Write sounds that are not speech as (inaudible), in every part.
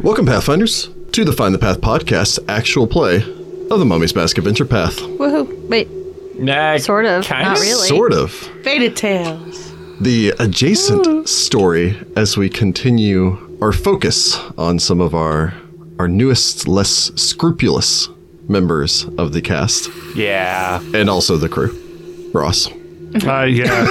Welcome, Pathfinders, to the Find the Path podcast's actual play of the Mummy's Mask Adventure Path. Woohoo. Wait, Nah, Sort of, Kind not of. really. Sort of. Fairy tales. The adjacent story as we continue our focus on some of our our newest, less scrupulous members of the cast (laughs) Yeah. and also the crew. Ross. Uh, yeah.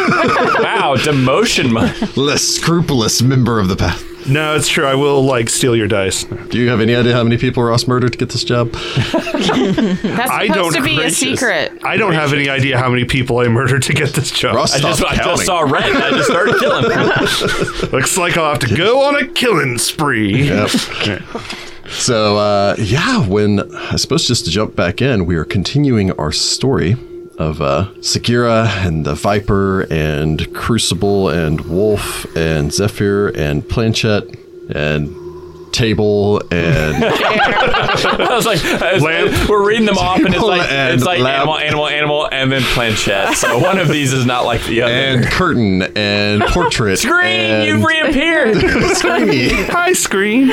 Wow, demotion. mo- Less scrupulous member of the path. no, it's true. I will like steal your dice. Do you have any idea how many people Ross murdered to get this job? That's I supposed don't. to be gracious. a secret. I don't have any idea how many people I murdered to get this job. Ross I just, stopped I counting. just saw red. I just started killing. Looks like I'll have to go on a killing spree. (laughs) Yep. so uh, yeah, when I suppose just to jump back in, we are continuing our story of uh, Sagira and the Viper and Crucible and Wolf and Zephyr and Planchette and Table and I was like, I was- Lamp. we're reading them off, and it's like And it's like lamp. animal, animal, animal, and then planchette. So one of these is not like the other. and Curtain and Portrait Green, and you've (laughs) reappeared. Screamy Hi, screen.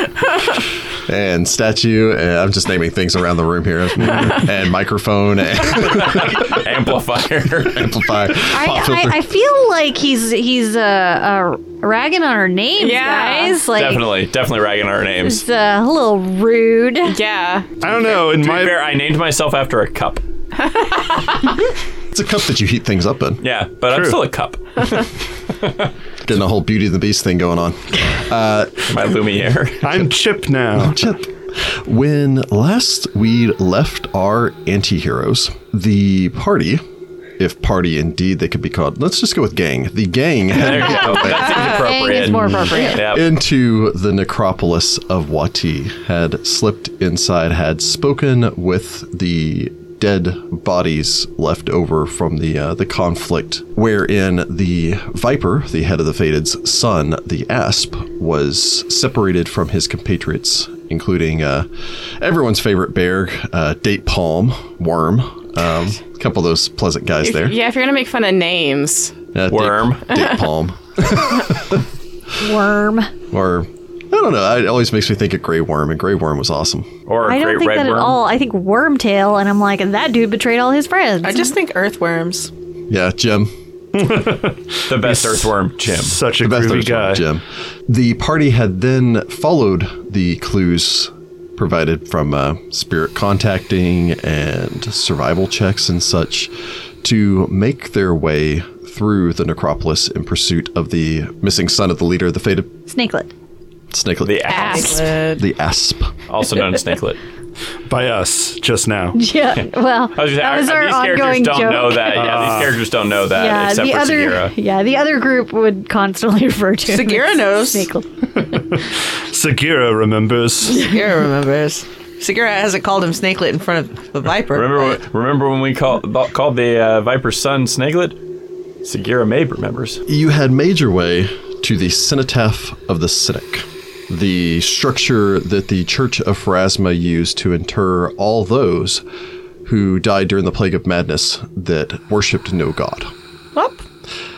and Statue and I'm just naming things around the room here and microphone and (laughs) Amplifier. amplify pop I, filter. I, I feel like he's he's uh, uh ragging on her name, Yeah. guys. Like definitely, definitely ragging our names. it's uh, a little rude. Yeah. I don't know. In To my be fair, I named myself after a cup. it's a cup that you heat things up in. Yeah, but I'm True. still a cup. Getting a whole Beauty and the Beast thing going (laughs) on. My Lumiere. I'm Chip now. Chip, when last we left our anti heroes, the party, if party indeed they could be called, let's just go with gang. The gang There headed you go. That seems Dang, appropriate. it's more appropriate. Yep. into the necropolis of Wati, had slipped inside, had spoken with the dead bodies left over from the uh, the conflict, wherein the viper, the head of the Fated's son, the asp, was separated from his compatriots, including uh, everyone's favorite bear, uh, date palm, worm. (laughs) Um, a couple of those pleasant guys there. Yeah, if you're gonna make fun of names, Uh, Date- Worm. date palm. Worm. or I don't know. It always makes me think of Grey Worm, and Grey Worm was awesome. Or I a don't great think red that worm. at all. I think Wormtail, and I'm like that dude betrayed all his friends. I just think earthworms. Yeah, Jim. The best earthworm, Jim. Such a The best groovy original guy. Jim. The party had then followed the clues provided from uh, spirit contacting and survival checks and such to make their way through the necropolis in pursuit of the missing son of the leader of the fated Snakelet. (laughs) snakelet, The ass, Good. the asp. also known as snakelet. By us, just now. Yeah. Well, (laughs) I was gonna say, that was uh, our these ongoing characters don't joke. know that. Yeah, these characters don't know that Yeah, except the for other Sagira. yeah the other group would constantly (laughs) refer to him Sagira as knows. Snakelet. Sagira remembers. Segura remembers. Segura hasn't called him Snakelet in front of the Viper. Remember, when, remember when we call, bo- called the uh, Viper's son Snakelet? Sagira Mabe remembers. You had made your way to the Cenotaph of the Cynic, the structure that the Church of Pharasma used to inter all those who died during the Plague of Madness that worshipped no god. Whoop.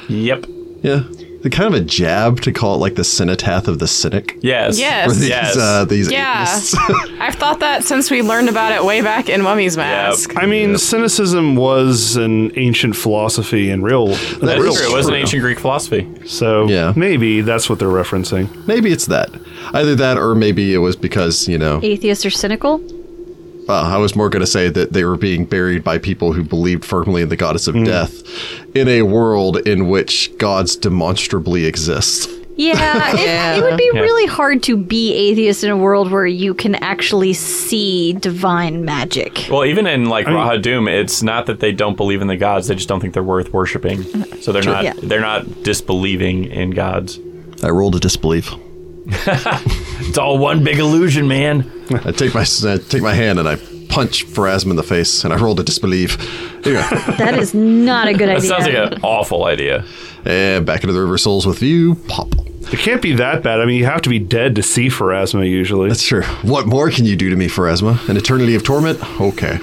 Yep. Yeah. The kind of a jab to call it like the Cenotaph of the Cynic. Yes. Yes. For these, Yes. uh, these Yeah. atheists. (laughs) I've thought that since we learned about it way back in Mummy's Mask. I mean, cynicism was an ancient philosophy in real. That That's Real true. It was an true. ancient Greek philosophy. So Yeah. maybe that's what they're referencing. maybe it's that. Either that or maybe it was because, you know, Atheists are cynical. uh, I was more going to say that they were being buried by people who believed firmly in the goddess of death in a world in which gods demonstrably exist. Yeah, it, Yeah. it would be Yeah. really hard to be atheist in a world where you can actually see divine magic. Well, even in like mean- Raha Doom, it's not that they don't believe in the gods; they just don't think they're worth worshiping. So they're not Yeah. they're not disbelieving in gods. I rolled a disbelief. It's all one big illusion, man. I take my I take my hand and I punch Pharasma in the face, and I rolled a disbelief. Anyway, That is not a good That idea. sounds like an awful (laughs) idea. and eh, back into the river souls with you. Pop. It can't be that bad. I mean, you have to be dead to see Pharasma usually. That's true. What more can you do to me, Pharasma? An eternity of torment? Okay.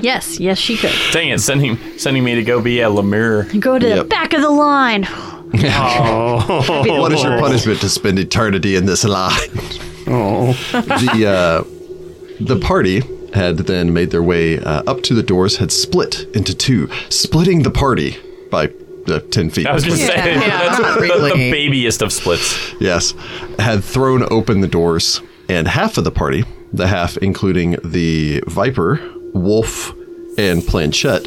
yes, yes, she could Dang it, sending sending me to go be a Lemur. go to the Yep. back of the line. What is your punishment to spend eternity in this lie? Oh, the uh, the party had then made their way uh, up to the doors, had split into two, splitting the party by uh, ten feet. I was just Yeah, saying, yeah, that's not the, really. the babyest of splits. yes, had thrown open the doors, and half of the party, the half including the viper, wolf, and planchette,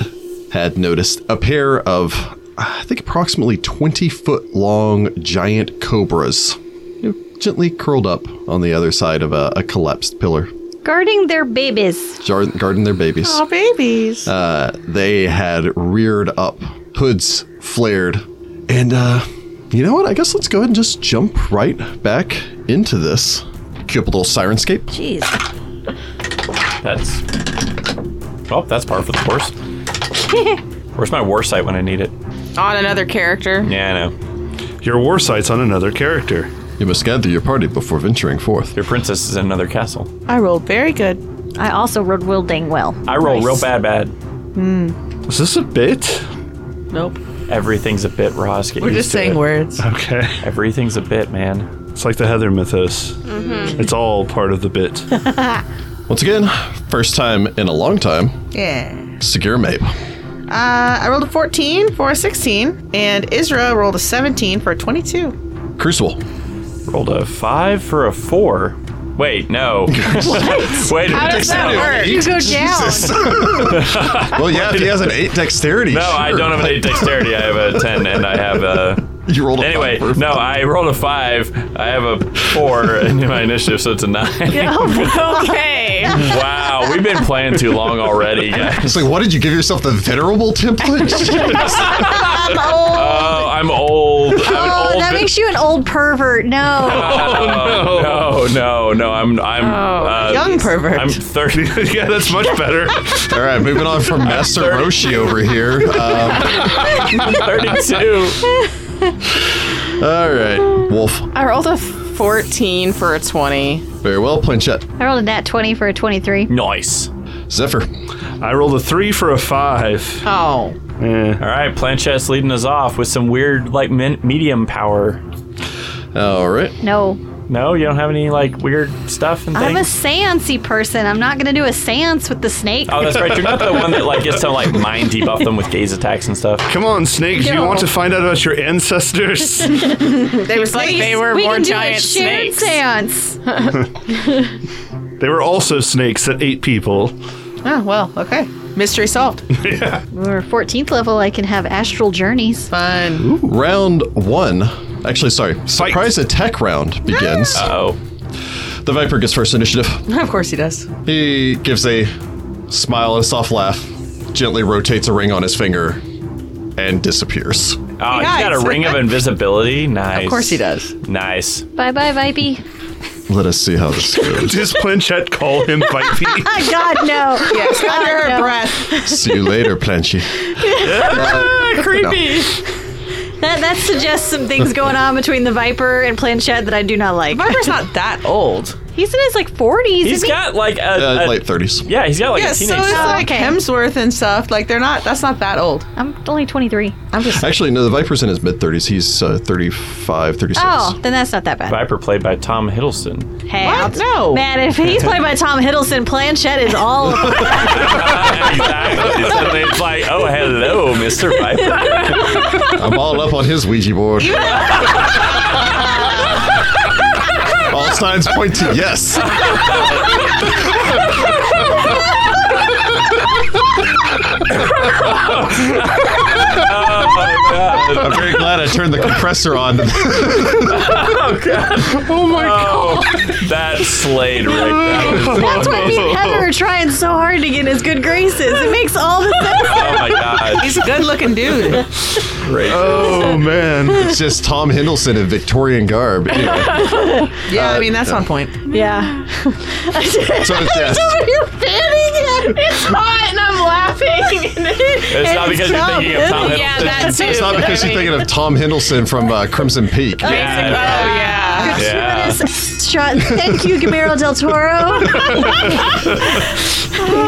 had noticed a pair of, I think, approximately twenty foot long giant cobras, you know, gently curled up on the other side of a, a collapsed pillar. Guarding their babies. jar- guarding their babies. Oh, babies. Uh, they had reared up, hoods flared, and uh, you know what? I guess let's go ahead and just jump right back into this. Cue up a little sirenscape. Jeez. That's. Well, that's par for the (laughs) course. Where's my war sight when I need it? On another character. Yeah, I know. your war sight's on another character. You must gather your party before venturing forth. Your princess is in another castle. I rolled very good. I also rode Will Dang (laughs) well. I roll real bad, bad. Is this a bit? Nope. Everything's a bit, Ross. Get We're used just to saying it. (laughs) words. Okay, Everything's a bit, man. it's like the Heather mythos. It's all part of the bit. Once again, first time in a long time, Yeah. Segura Mape. Uh, I rolled a 14 for a 16, and Isra rolled a 17 for a 22. Crucible. Rolled a five for a four. Wait, no. (laughs) Wait, How does that work? You (laughs) go down. well, yeah, if he has an eight dexterity. No, I sure. don't have an eight dexterity. I have a ten, and I have a. You rolled a Anyway, (laughs) five. no, I rolled a five. I have a four (laughs) in my initiative, so it's (laughs) a nine. Oh okay. (laughs) Wow, we've been playing too long already, guys. (laughs) It's like, what did you give yourself the (laughs) venerable template? Oh, I'm old. (laughs) I'm an Oh, old. that vi- makes you an old pervert. (laughs) No. Oh, no, no, no. I'm. I'm. Oh, uh, Young pervert. I'm thirty. (laughs) yeah, that's much (laughs) better. All right, moving on from Master Roshi over here. Um, Thirty-two. all right, Wolf. I rolled a 14 for a 20. Very well, Planchette. I rolled a nat 20 for a 23. Nice. Zephyr. I rolled a three for a five. Oh. Eh. All right, Planchette's leading us off with some weird, like, min- medium power. All right. No. No, you don't have any like weird stuff and I'm a things. seancey person. I'm not going to do a seance with the snake. oh, that's right. You're not the one that like gets to like mind debuff them with gaze attacks and stuff. Come on, snakes. You No. want to find out about your ancestors? They was like they were we more can do giant a shared snakes. seance. they were also snakes that ate people. Oh, well, okay. (laughs) Mystery solved. We're 14th level. I can have astral journeys. Fun. Round one. Actually, sorry. Surprise attack round begins. Oh, The Viper gets first initiative. Of course he does. He gives a smile and a soft laugh, gently rotates a ring on his finger, and disappears. oh, he's got guys. a ring of (laughs) invisibility. Nice. Of course he does. Nice. Bye bye, Vipey. Let us see how this goes. (laughs) Does Planchette call him Vipey? Oh, God, (laughs) no. Yes, (laughs) under her no. breath. see you later, Uh, Planchy. creepy. That, that suggests some things going on between the Viper and Planchette that I do not like. Viper's not that old. He's in his like 40s. He's isn't got like a, Uh, a- late 30s. yeah. He's got like Yeah, a so teenage. it's Oh, son. like Okay. Hemsworth and stuff. Like, they're not, that's not that old. he? I'm only 23. I'm just Actually, no, the Viper's in his mid 30s. He's uh, 35, 36. Oh, then that's not that bad. Viper played by Tom Hiddleston. Hey, What? I'll- No. Man, if he's played by Tom Hiddleston, Planchette is (laughs) all. Oh, exactly. So they- it's like, oh, hello, Mr. (laughs) Viper. I'm all up on his Ouija board. all signs point to yes. I'm very glad I turned the compressor on. Oh, that slayed right there. (laughs) That's why me and Heather are trying so hard to get his good graces. It makes all the sense. Oh my god. He's a good looking (laughs) dude. Great. oh, man. it's just Tom Hiddleston in Victorian garb. Anyway, Yeah, I mean, that's Uh, on point. (laughs) Yeah. so it's yes. You're fanning it. It's hot and I'm laughing. It's not because you're thinking of Tom Hiddleston. (laughs) yeah, that too. It's not because you're thinking of Tom Hiddleston from uh, Crimson Peak. Yeah. Oh yeah. yeah. Shot. Thank you, Gamero del Toro.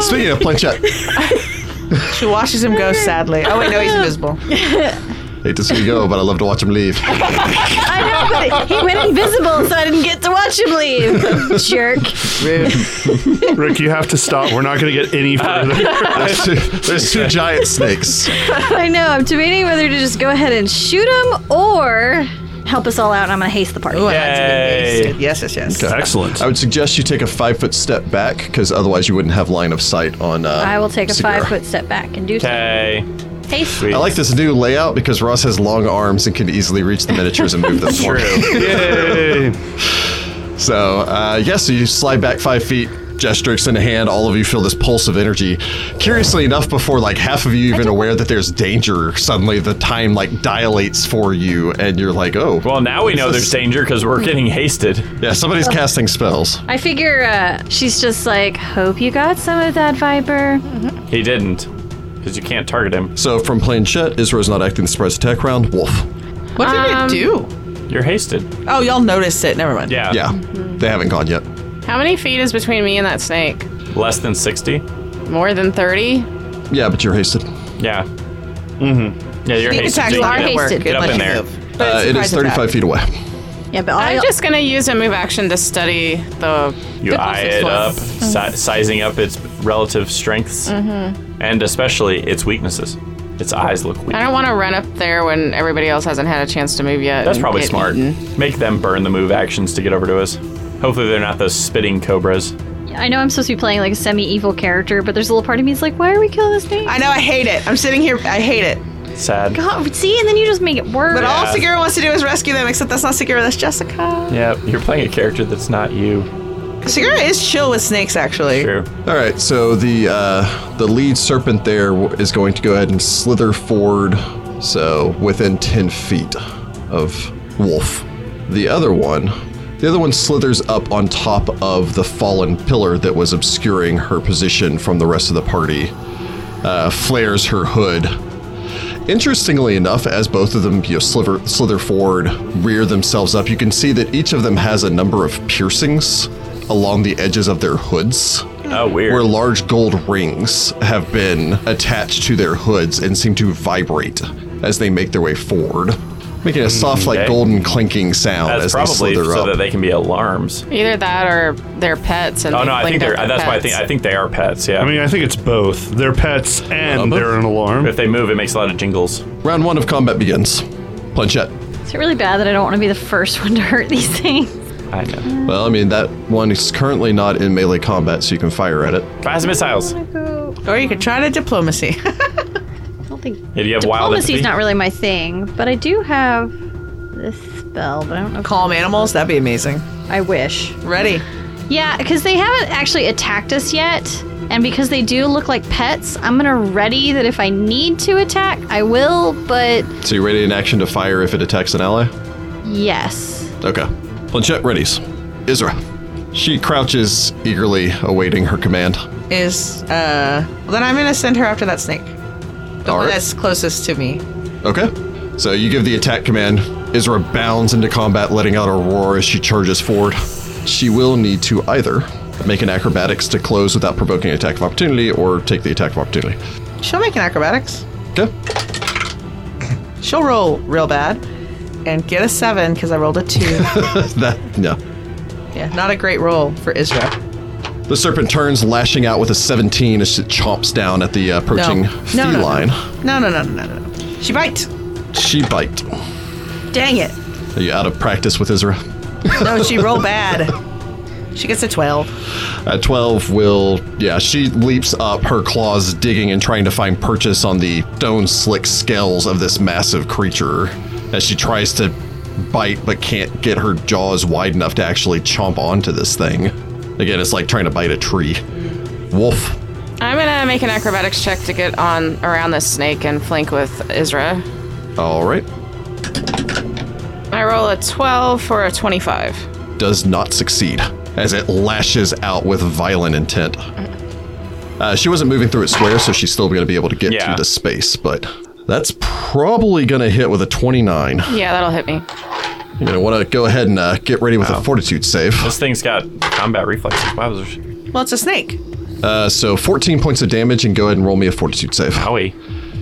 (laughs) Speaking of planchette, (laughs) She watches him go sadly. Oh, wait, no, he's invisible. Hate to see you go, but I love to watch him leave. I know, but he went invisible, so I didn't get to watch him leave. (laughs) Jerk. Rick, you have to stop. We're not going to get (laughs) any further. There's two, there's two giant snakes. I know. I'm debating whether to just go ahead and shoot him or help us all out. And I'm gonna haste the party. Ooh, I had to Yay. be- Yes, yes, yes. Excellent. I would suggest you take a five foot step back because otherwise you wouldn't have line of sight on. Uh, I will take a Sagira. five foot step back and do Okay. some haste. I like this new layout because Ross has long arms and can easily reach the miniatures and (laughs) move them for me. (laughs) Yay. So, uh, yes, so you slide back five feet, Gestrix in hand. All of you feel this pulse of energy. Curiously enough, before like half of you even aware that there's danger, suddenly the time like dilates for you, and you're like, oh, Well, now we This know is- (laughs) there's danger because we're getting hasted. yeah, somebody's casting spells. I figure uh, she's just like, hope you got some of that Viper. He didn't, because you can't target him. So, from planchette, Israel's not acting the surprise attack round. Wolf. What did Um, it do? You're hasted. Oh, y'all noticed it. Never mind. Yeah. Yeah, they haven't gone yet. How many feet is between me and that snake? Less than sixty. More than 30? Yeah, but you're hasted. Yeah. Mm-hmm. Yeah, you're Sneak hasted. attacks so you are can get- hasted. Get up unless in you there. move. But Uh, it's it is surprise 35 attack. feet away. Yeah, but I'm just going to use a move action to study the. You the eye it up, si- sizing up its relative strengths, and especially its weaknesses. Its eyes look weak. Mm-hmm. I don't want to run up there when everybody else hasn't had a chance to move yet. That's and probably get smart. eaten. Make them burn the move actions to get over to us. Hopefully, they're not those spitting cobras. I know I'm supposed to be playing like a semi evil character, but there's a little part of me that's like, why are we killing this thing? I know. I hate it. I'm sitting here. I hate it. Sad. God, see, and then you just make it worse. But all Yeah. Segura wants to do is rescue them. Except that's not Segura. That's Jessica. Yeah, you're playing a character that's not you. Segura is chill with snakes, actually. True. All right, so the uh, the lead serpent there w- is going to go ahead and slither forward, so within ten feet of Wolf. The other one, the other one slithers up on top of the fallen pillar that was obscuring her position from the rest of the party. Uh, flares her hood. Interestingly enough, as both of them you know, slither, slither forward, rear themselves up, you can see that each of them has a number of piercings along the edges of their hoods Oh, weird. where large gold rings have been attached to their hoods and seem to vibrate as they make their way forward, making a soft, like okay. golden clinking sound that's as probably they slither so up. that they can be alarms. Either that or their pets. And Oh they no, I think cleaned up they're. their That's why I think pets. I think they are pets. Yeah. I mean, I think it's both. They're pets and they're an alarm. if they move, it makes a lot of jingles. Round one of combat begins. Planchette. It's really bad that I don't want to be the first one to hurt these (laughs) things. I know. Well, I mean, that one is currently not in melee combat, so you can fire at it. Fast missiles. Yeah, Or you could try to diplomacy. (laughs) I don't think do you have wild diplomacy's empathy? not really my thing, but I do have this spell, but I don't know. If Calm animals. That'd be amazing. I wish. Ready. Yeah, because they haven't actually attacked us yet, and because they do look like pets, I'm gonna ready that if I need to attack, I will. But So you're ready in action to fire if it attacks an ally? yes, Okay. Planchette readies. Isra. She crouches eagerly, awaiting her command. Is uh. Well, then I'm gonna send her after that snake. The All one right. that's closest to me. Okay. So you give the attack command. Isra bounds into combat, letting out a roar as she charges forward. She will need to either make an acrobatics to close without provoking an attack of opportunity or take the attack of opportunity. She'll make an acrobatics. Okay. She'll roll real bad, and get a seven because I rolled a two. that, no. yeah, not a great roll for Israel. The serpent turns, lashing out with a 17 as it chomps down at the uh, approaching No, no, no. feline. No, no, no, no, no, no. She bite. She bite. Dang it. Are you out of practice with Isra? No, she rolled bad. She gets a 12. At 12 will, yeah, she leaps up, her claws digging and trying to find purchase on the stone slick scales of this massive creature as she tries to bite but can't get her jaws wide enough to actually chomp onto this thing. Again, it's like trying to bite a tree. Wolf. I'm gonna make an acrobatics check to get on around this snake and flank with Isra. All right. I roll a 12 for a 25. does not succeed as it lashes out with violent intent. Uh, she wasn't moving through it square, so she's still going to be able to get Yeah. to the space, but that's probably going to hit with a 29. Yeah, that'll hit me. You're going to want to go ahead and uh, get ready with a fortitude save. This thing's got combat reflexes. Wow, there's Well, it's a snake. Uh, so 14 points of damage, and go ahead and roll me a fortitude save. Howie.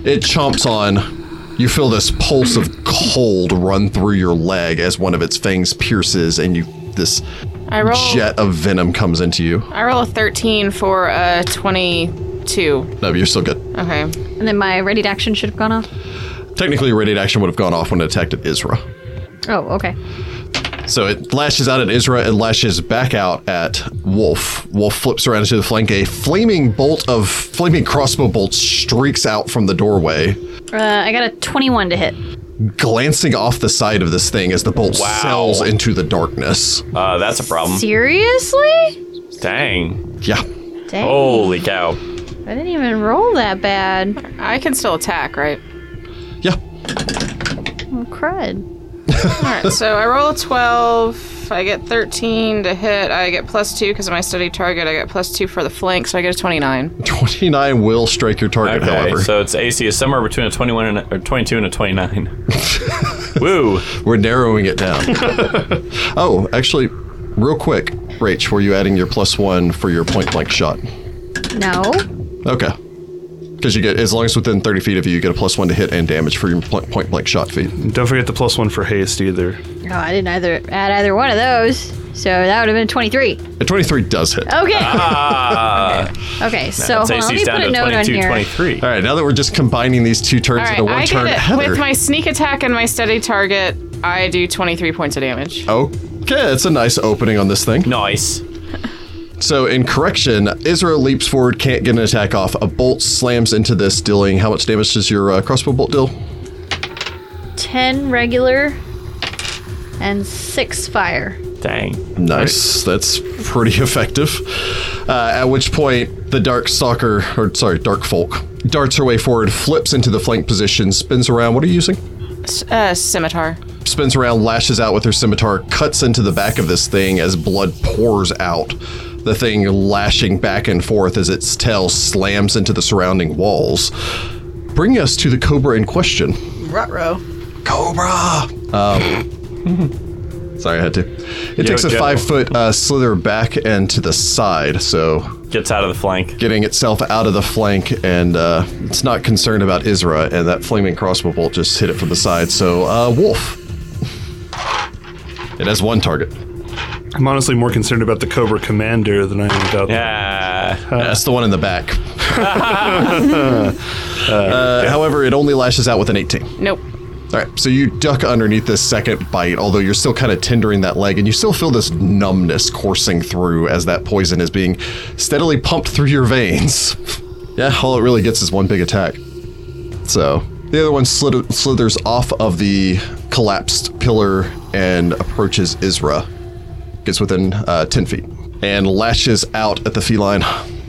It chomps on You feel this pulse of cold run through your leg as one of its fangs pierces, and you this I roll. jet of venom comes into you. I roll a 13 for a 22. No, you're still good. Okay. And then my readied action should have gone off. Technically, radiate action would have gone off when it attacked at Isra. Oh, okay. So it lashes out at Isra and lashes back out at Wolf. Wolf flips around to the flank. A flaming bolt of flaming crossbow bolts streaks out from the doorway, Uh, I got a 21 to hit. glancing off the side of this thing as the bolt Wow. sails into the darkness. Uh, that's a problem. Seriously? Dang. Yeah. Dang. Holy cow. I didn't even roll that bad. I can still attack, right? Yeah. Oh, crud. All right. so I roll a 12. I get 13 to hit. I get plus 2 because of my steady target. I get plus 2 for the flank, so I get a 29. 29 will strike your target, Okay, however. so its AC is somewhere between a 21 and a, or 22 and a 29. (laughs) Woo. We're narrowing it (laughs) down. oh, actually, real quick, Rach, were you adding your plus one for your point blank shot? No. Oh, Okay. Because you get, as long as within 30 feet of you, you get a plus one to hit and damage for your pl- point blank shot feat. Don't forget the plus one for haste either. No, I didn't either add either one of those. So that would have been 23. A 23 does hit. Oh. Okay. Ah. okay, so its hold on, let AC me is put down a to note on 22, here. 23. All right, now that we're just combining these two turns All right. into one I turn, get it. Heather. With my sneak attack and my steady target, I do 23 points of damage. Oh. okay, it's a nice opening on this thing. Nice. So, in correction, Israel leaps forward, can't get an attack off. A bolt slams into this, dealing. How much damage does your uh, crossbow bolt deal? 10 regular and 6 fire. Dang. Nice. That's pretty effective. Uh, at which point, the dark stalker, or sorry, dark folk, darts her way forward, flips into the flank position, spins around. What are you using? S- uh, scimitar. Spins around, lashes out with her scimitar, cuts into the back of this thing as blood pours out. The thing lashing back and forth as its tail slams into the surrounding walls. Bringing us to the cobra in question. Rutro. Cobra. (laughs) Um, sorry, I had to. It takes a Joe. five foot uh, slither back and to the side, so Gets out of the flank. getting itself out of the flank, and uh, it's not concerned about Isra, and that flaming crossbow bolt just hit it from the side. So, uh, Wolf. It has one target. I'm honestly more concerned about the Cobra Commander than I am about Yeah. That's the one in the back. (laughs) Uh, however, it only lashes out with an 18. Nope. All right, so you duck underneath this second bite, although you're still kind of tendering that leg, and you still feel this numbness coursing through as that poison is being steadily pumped through your veins. (laughs) yeah, all it really gets is one big attack. So the other one slither- slithers off of the collapsed pillar and approaches Isra. Gets within uh, 10 feet and lashes out at the feline. (sighs)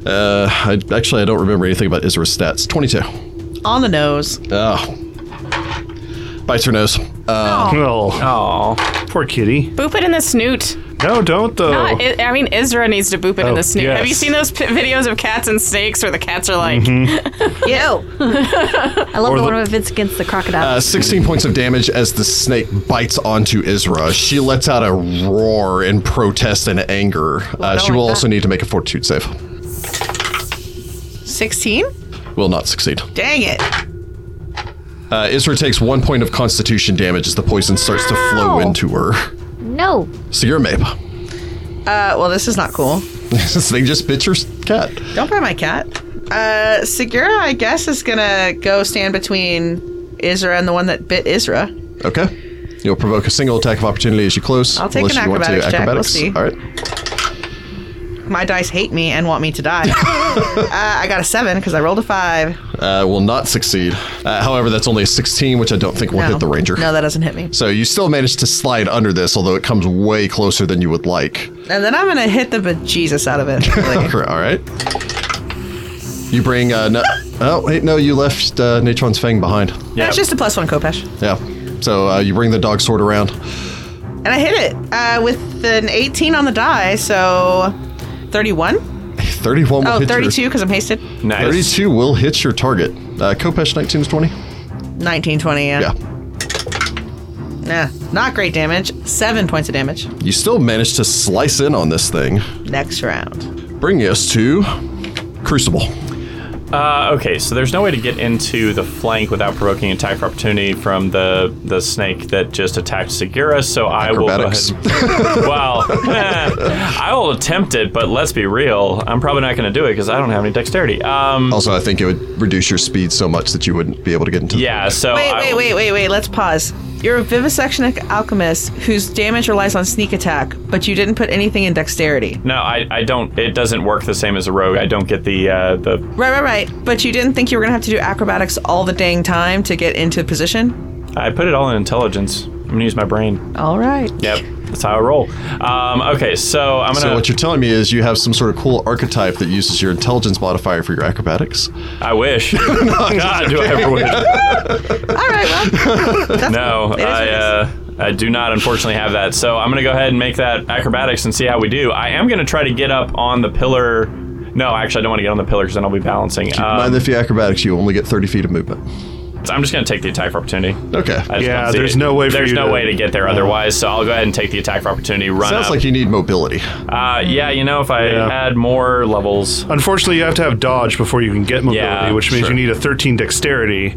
Uh, I, actually, I don't remember anything about Isra's stats. 22. On (laughs) the nose. Oh. Bites her nose. Uh, Well, Oh. poor kitty. Boop it in the snoot. No, don't though. Oh. Not, I I mean, Isra needs to boop it in Oh, the snoot. Have you yes. seen those p- videos of cats and snakes where the cats are like, Mm-hmm. Yo. I love the the- one with it's against the crocodile. uh, 16 points of damage as the snake bites onto Isra. She lets out a roar in protest and anger. Uh, she like will that. also need to make a fortitude save. 16? Will not succeed. Dang it. Uh, Isra takes one point of constitution damage as the poison starts to flow Ow. into her. no. So you're a (laughs) Mape. Uh, well, this is not cool. this thing just bit your cat. Don't buy my cat. Uh, Segura, I guess, is gonna go stand between Isra and the one that bit Isra. Okay. You'll provoke a single attack of opportunity as you close. I'll take unless an you want to acrobatics check. We'll acrobatics. All see. right. My dice hate me and want me to (laughs) die. uh, I got a seven because I rolled a five. Uh, will not succeed. Uh, however, that's only a 16, which I don't think will no. hit the ranger. No, that doesn't hit me. So you still manage to slide under this, although it comes way closer than you would like. And then I'm gonna hit the bejesus out (laughs) of it. Like, All right. You bring uh, no, oh wait, no, you left uh, Natron's Fang behind. Yeah. That's just a plus one, Kopesh. Yeah. So uh, you bring the dog sword around. And I hit it uh, with an 18 on the die, so 31? Thirty-one. Will Oh, hit 32 Your, because I'm hasted. Nice. Thirty-two will hit your target. Uh, Kopesh nineteen to twenty. 19, 20, yeah. Yeah. Nah, not great damage. Seven points of damage. You still manage to slice in on this thing, Next round. bringing us to Crucible. Uh, okay, so there's no way to get into the flank without provoking attack for opportunity from the the snake that just attacked Segura. So I will go Acrobatics. ahead. well, (laughs) eh, I will attempt it, but let's be real. I'm probably not going to do it because I don't have any dexterity. Um, Also, I think it would reduce your speed so much that you wouldn't be able to get into. the- yeah. So Wait, I- wait, wait, wait, wait. Let's pause. You're a vivisection alchemist whose damage relies on sneak attack, but you didn't put anything in dexterity. No, I, I don't. It doesn't work the same as a rogue. I don't get the uh, the. Right, right, right. But you didn't think you were gonna have to do acrobatics all the dang time to get into position. I put it all in intelligence. I'm gonna use my brain. All right. Yep, that's how I roll. Um, okay, so I'm gonna. So what you're telling me is you have some sort of cool archetype that uses your intelligence modifier for your acrobatics. (laughs) I wish. (laughs) God, do I ever wish. All right. (laughs) Well, No, is I, what it uh, I do not unfortunately have that. So I'm going to go ahead and make that acrobatics and see how we do. I am going to try to get up on the pillar. No, actually, I don't want to get on the pillar because then I'll be balancing. Um, Mind if you acrobatics, you only get 30 feet of movement. so I'm just going to take the attack for opportunity. Okay. I just Yeah, wanna see there's it. no way for There's you no to- way to get there otherwise. So I'll go ahead and take the attack for opportunity. Run Sounds up. like you need mobility. uh, yeah, you know, if I Yeah. had more levels, (laughs) Unfortunately, you have to have dodge before you can get mobility, Yeah, which means sure. you need a 13 dexterity.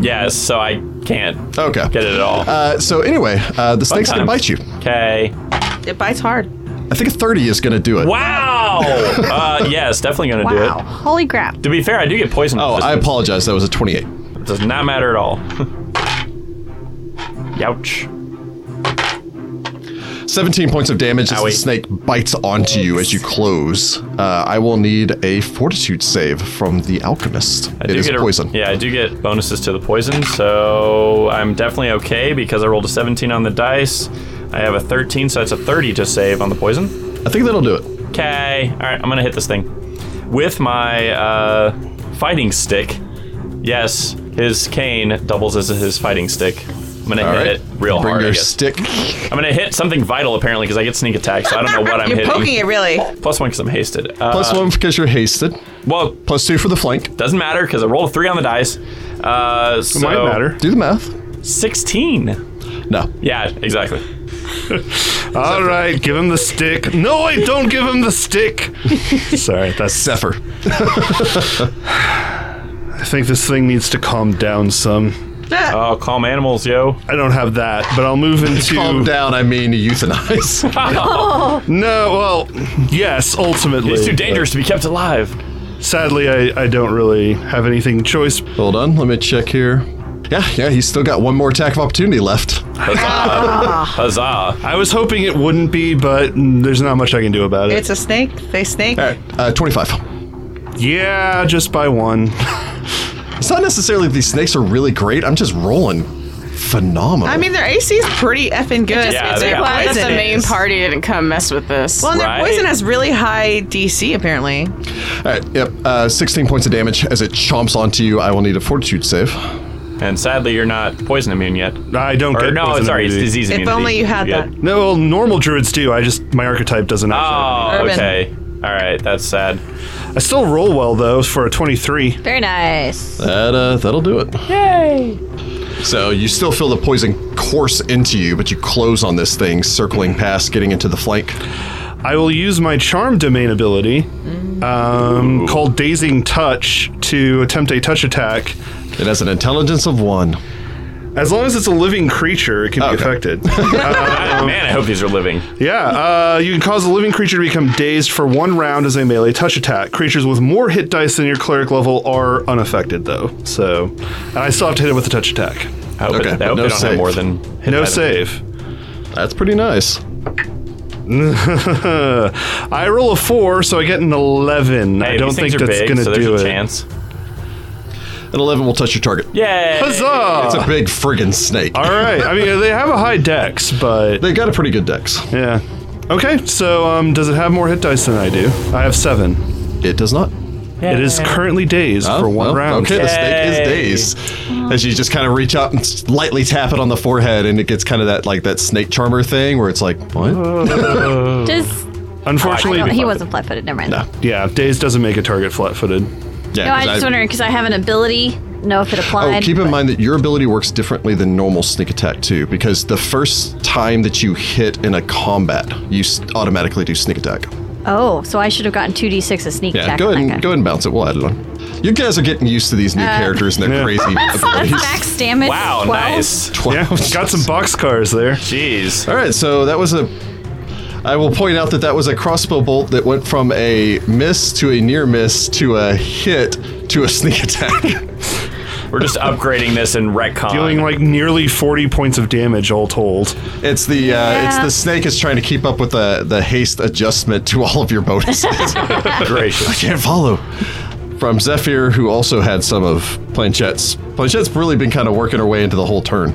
yes. So I can't Okay. get it at all. Uh, so anyway, uh, the snake's gonna time. bite you. Okay. it bites hard. I think a 30 is gonna do it. Wow. uh, yes, definitely going Wow. to do it. Holy crap. To be fair, I do get poisoned. Oh, I resistance. apologize. That was a 28. Does not matter at all. (laughs) Youch. 17 points of damage as Owie. the snake bites onto you as you close. Uh, I will need a fortitude save from the alchemist. I It is get a- poison. yeah, I do get bonuses to the poison, so I'm definitely okay because I rolled a 17 on the dice. I have a 13, so that's a 30 to save on the poison. I think that'll do it. Okay. All right, I'm going to hit this thing with my uh, fighting stick. Yes, his cane doubles as his fighting stick. I'm going to All hit right. it real Bring hard. I your guess. Uh, stick. I'm going to hit something vital apparently because I get sneak attack, so I don't know (laughs) what I'm You're hitting. poking it really. Plus one because I'm hasted. Uh, Plus one because you're hasted. Well, Plus two for the flank. Doesn't matter because I rolled a three on the dice. Uh, so Might matter. Do the math. 16. No. Yeah, exactly. All right, give him the stick. No, wait, don't give him the stick. Sorry, that's. Zephyr. I think this thing needs to calm down some. Oh, calm animals, yo. I don't have that, but I'll move into. Calm down. I mean euthanize. No, well, yes, ultimately. It's too dangerous to be kept alive. but Sadly, I, I don't really have anything choice. (laughs) Hold on. Let me check here. Yeah, yeah. He's still got one more attack of opportunity left. Ah. Huzzah. I was hoping it wouldn't be, but mm, there's not much I can do about it. It's a snake. They snake. All right. Uh, 25. yeah, just by one. (laughs) It's not necessarily that these snakes are really great. I'm just rolling phenomenal. I mean, their AC is pretty effing good. Yeah, It's they their got- Glad that poison the main is. party didn't come mess with this. Well, and Right. their poison has really high DC apparently. all right, yep. Uh, 16 points of damage as it chomps onto you. I will need a fortitude save. And sadly, you're not poison immune yet. I don't Or get no, poison sorry, it's immunity. disease immunity. only you had get. that. No, well, normal druids do. I just my archetype doesn't. Actually. Oh, Urban. okay. All right, that's sad. I still roll well though for a twenty-three. Very nice. That, uh, that'll do it. Yay! So you still feel the poison course into you, but you close on this thing, circling past, getting into the flank. I will use my charm domain ability, um, called Dazing Touch, to attempt a touch attack. It has an intelligence of one. As long as it's a living creature, it can be Okay. affected. (laughs) Ah, Um, man, I hope these are living. Yeah, uh, you can cause a living creature to become dazed for one round as a melee touch attack. Creatures with more hit dice than your cleric level are unaffected, though. So, and I still have to hit it with a touch attack. I hope, Okay, it, I but hope no they don't have save. more than. hit No by the- save. That's pretty nice. I roll a four, so I get an eleven. Hey, I don't these think things that's are big, gonna so there's do a it. chance. An 11 will touch your target. Yay! Huzzah! It's a big friggin' snake. All right. I mean, they have a high dex, but They got a pretty good dex. yeah. Okay, so um, does it have more hit dice than I do? I have seven. It does not. It is currently dazed Oh, for one well, round. Okay, the Yay. snake is dazed. As you just kind of reach out and s- lightly tap it on the forehead, and it gets kind of that like that snake charmer thing where it's like, what? Does Unfortunately, no, he wasn't flat footed. Never mind. No, Yeah, Daze doesn't make a target flat footed. yeah. I was 'cause just wondering because I have an ability. Know if it Oh, applied. keep in but- mind that your ability works differently than normal sneak attack too, because the first time that you hit in a combat, you s- automatically do sneak attack. Oh, so I should have gotten two d6 of sneak Yeah, attack. go on ahead, that and, guy. go ahead and bounce it. We'll add it on. You guys are getting used to these Uh, new characters and their (laughs) Yeah. crazy That's abilities. max damage. Wow, 12. nice. Yeah, got some boxcars there. Jeez. All right, so that was a. I will point out that that was a crossbow bolt that went from a miss to a near miss to a hit to a (laughs) sneak attack. We're just upgrading this in retcon. Dealing (laughs) like nearly 40 points of damage all told. It's the uh, it's the snake is trying to keep up with the the haste adjustment to all of your bonuses. I gracious. can't follow. From Zephyr, who also had some of Planchette's. Planchette's really been kind of working her way into the whole turn.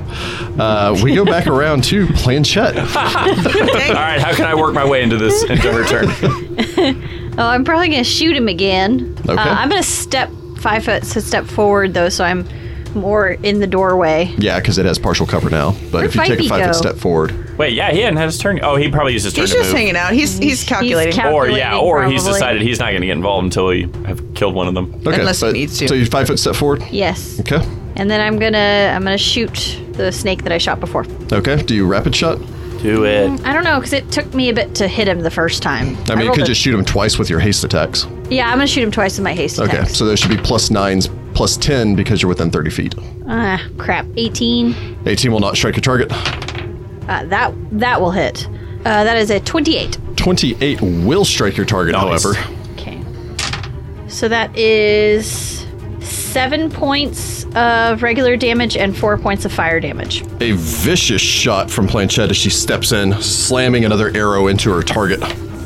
Uh, we go back around to Planchette. All right, how can I work my way into this into her turn? Oh, I'm probably gonna shoot him again. Okay. Uh, I'm gonna step five foot to step forward though, so I'm more in the doorway. Yeah, because it has partial cover now. But if you Where'd take a Fifey five go? foot step forward, Wait, yeah, he hadn't had his turn. Oh, he probably used his turn He's to just move. hanging out. He's he's calculating. He's cal- or yeah, or he's Probably. decided he's not going to get involved until we have killed one of them. okay, Unless it but, needs to. so you five foot step forward. Yes. Okay, And then I'm gonna I'm gonna shoot the snake that I shot before. okay. Do you rapid shot? Do it. I don't know because it took me a bit to hit him the first time. I mean, you rolled could a- just shoot him twice with your haste attacks. Yeah, I'm gonna shoot him twice with my haste Okay, attacks. so there should be plus nines, plus ten because you're within thirty feet. Ah, crap. 18. Eighteen will not strike a target. Uh, that that will hit. Uh, that is a 28. Twenty-eight will strike your target, Nice. however. Okay. So that is seven points of regular damage and four points of fire damage. A vicious shot from Planchette as she steps in, slamming another arrow into her target.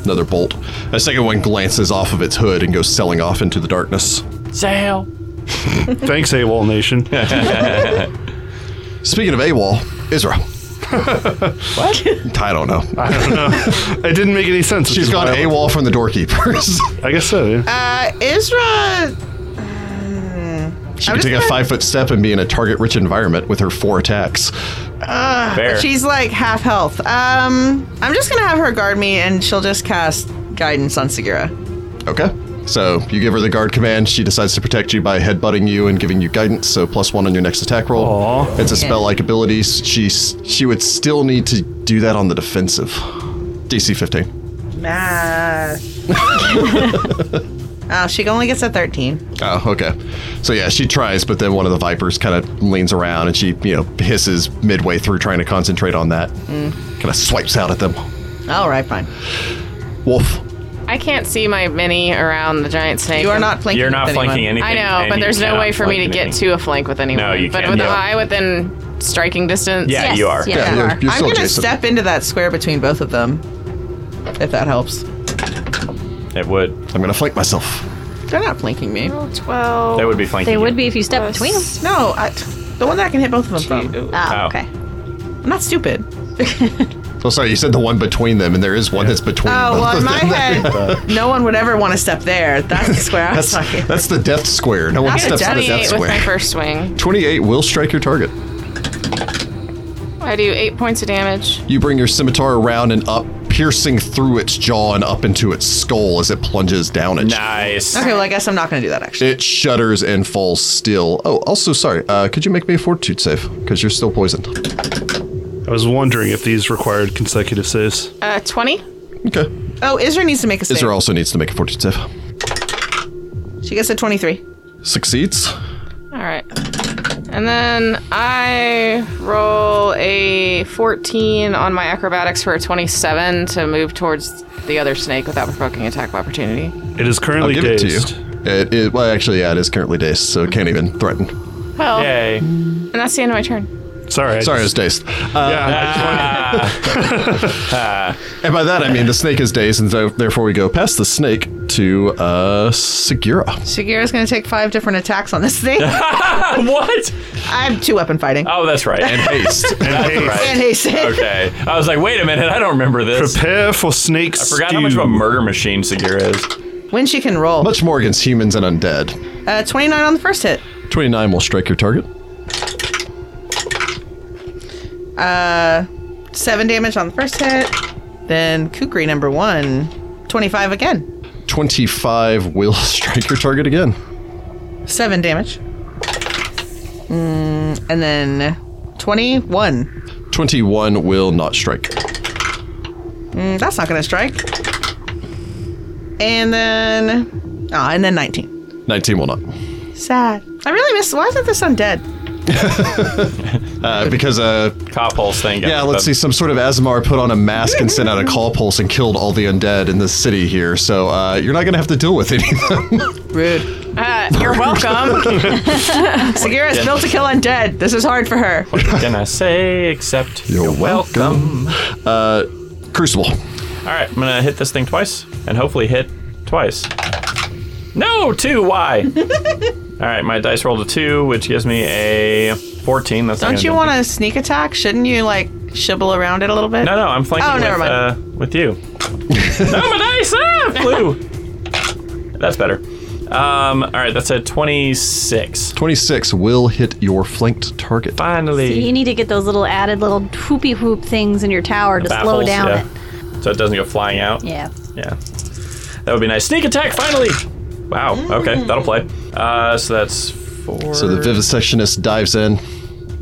Another bolt. A second one glances off of its hood and goes sailing off into the darkness. Sail. (laughs) Thanks, AWOL Nation. Speaking of AWOL, (laughs) Isra. what? I don't know. It didn't make any sense. which She's is gone why I- AWOL from the (laughs) doorkeepers. I guess so, yeah. Uh, Isra. she can just take a gonna- five foot step and be in a target rich environment with her four attacks. Ah, Fair. She's like half health. Um, I'm just gonna have her guard me, and she'll just cast guidance on Segura. Okay. So you give her the guard command. She decides to protect you by headbutting you and giving you guidance. So plus one on your next attack roll. Aw. It's a spell-like ability. s- She s- she would still need to do that on the defensive. DC 15. Math. (laughs) oh, she only gets a 13. Oh, okay. So yeah, she tries, but then one of the vipers kind of leans around and she you know hisses midway through trying to concentrate on that. Kind of swipes out at them. All right, fine. Wolf. I can't see my mini around the giant snake. You are and- not flanking. You're not with flanking anyone. anything. I know, and but you there's no cannot way for me to flank get anything. to a flank with anyone. No, you But can't. with Yeah. I within striking distance. Yeah, Yes, you are. yes, Yeah, you you're- are. you're I'm still gonna adjacent. step into that square between both of them, if that helps. It would. I'm gonna flank myself. They're not flanking me. Oh, 12. They would be flanking. They would (laughs) you. be if you step between them. No, I, the one that I can hit both of them from. Oh, Ow. okay. I'm not stupid. Oh, sorry, you said the one between them, and there is one that's between. Oh, both well, (laughs) in of my them. head, no one would ever want to step there. That's the square I was That's, talking. that's the death square. No one That's a steps on the 28 death with square. my first swing. 28 will strike your target. I do eight points of damage. You bring your scimitar around and up, piercing through its jaw and up into its skull as it plunges down at you. Nice. Okay, well, I guess I'm not going to do that, actually. It shudders and falls still. Oh, also, sorry, uh, could you make me a fortitude save? Because you're still poisoned. I was wondering if these required consecutive saves. Uh, 20? Okay. Oh, Isra needs to make a save. Isra also needs to make a fortitude save. She gets a 23. Succeeds. All right. And then I roll a 14 on my acrobatics for a 27 to move towards the other snake without provoking attack of opportunity. It is I'll currently give dazed. it to you. It, it, well, actually, yeah, it is currently dazed, so it can't even threaten. Well, Yay. and that's the end of my turn. Sorry. I Sorry, it was just- dazed. Uh, yeah, (laughs) and by that, I mean the snake is dazed, and so therefore we go past the snake to uh, Segura. Shagira's going to take five different attacks on this (laughs) thing. what? I have two weapon fighting. Oh, (laughs) that's right. And Haste. and hey, And he said, okay. I was like, wait a minute. I don't remember this. prepare for snake I forgot how much of a murder machine Segura is. when she can roll. Much more against humans and undead. Uh, 29 on the first hit. 29 will strike your target. Seven damage on the first hit. Then Kukri number one, 25 again. 25 will (laughs) strike your target again. Seven damage. Mm, and then 21. 21 will not strike. Mm, that's not going to strike. And then, ah, and then 19. 19 will not. Sad. I really miss. Why isn't this undead? Uh, because uh, Cop pulse thing. got yeah, me, let's see. but- Some sort of Azamar put on a mask and sent out a call pulse and killed all the undead in the city here. So uh, you're not gonna have to deal with any of them. (laughs) Rude. Uh, you're welcome. Sagira's built to kill undead. This is hard for her. (laughs) Can I say except You're welcome. Uh, Crucible. All right, I'm gonna hit this thing twice and hopefully hit twice. No, two. Why? All right, my dice rolled a two, which gives me a 14. That's Don't you want a sneak attack? Shouldn't you like shibble around it a little bit? No, no, I'm flanking Oh, never with, mind. uh, with you. no, my dice! Ah, flew. That's better. Um, all right, that's a 26. 26 will hit your flanked target. You Finally. need to get those little added little whoopy whoop things in your tower to slow Baffles, down yeah. it. So it doesn't go flying out. Yeah. Yeah. That would be nice. Sneak attack, finally! Wow, okay, that'll play. Uh, so that's 4, So the vivisectionist dives in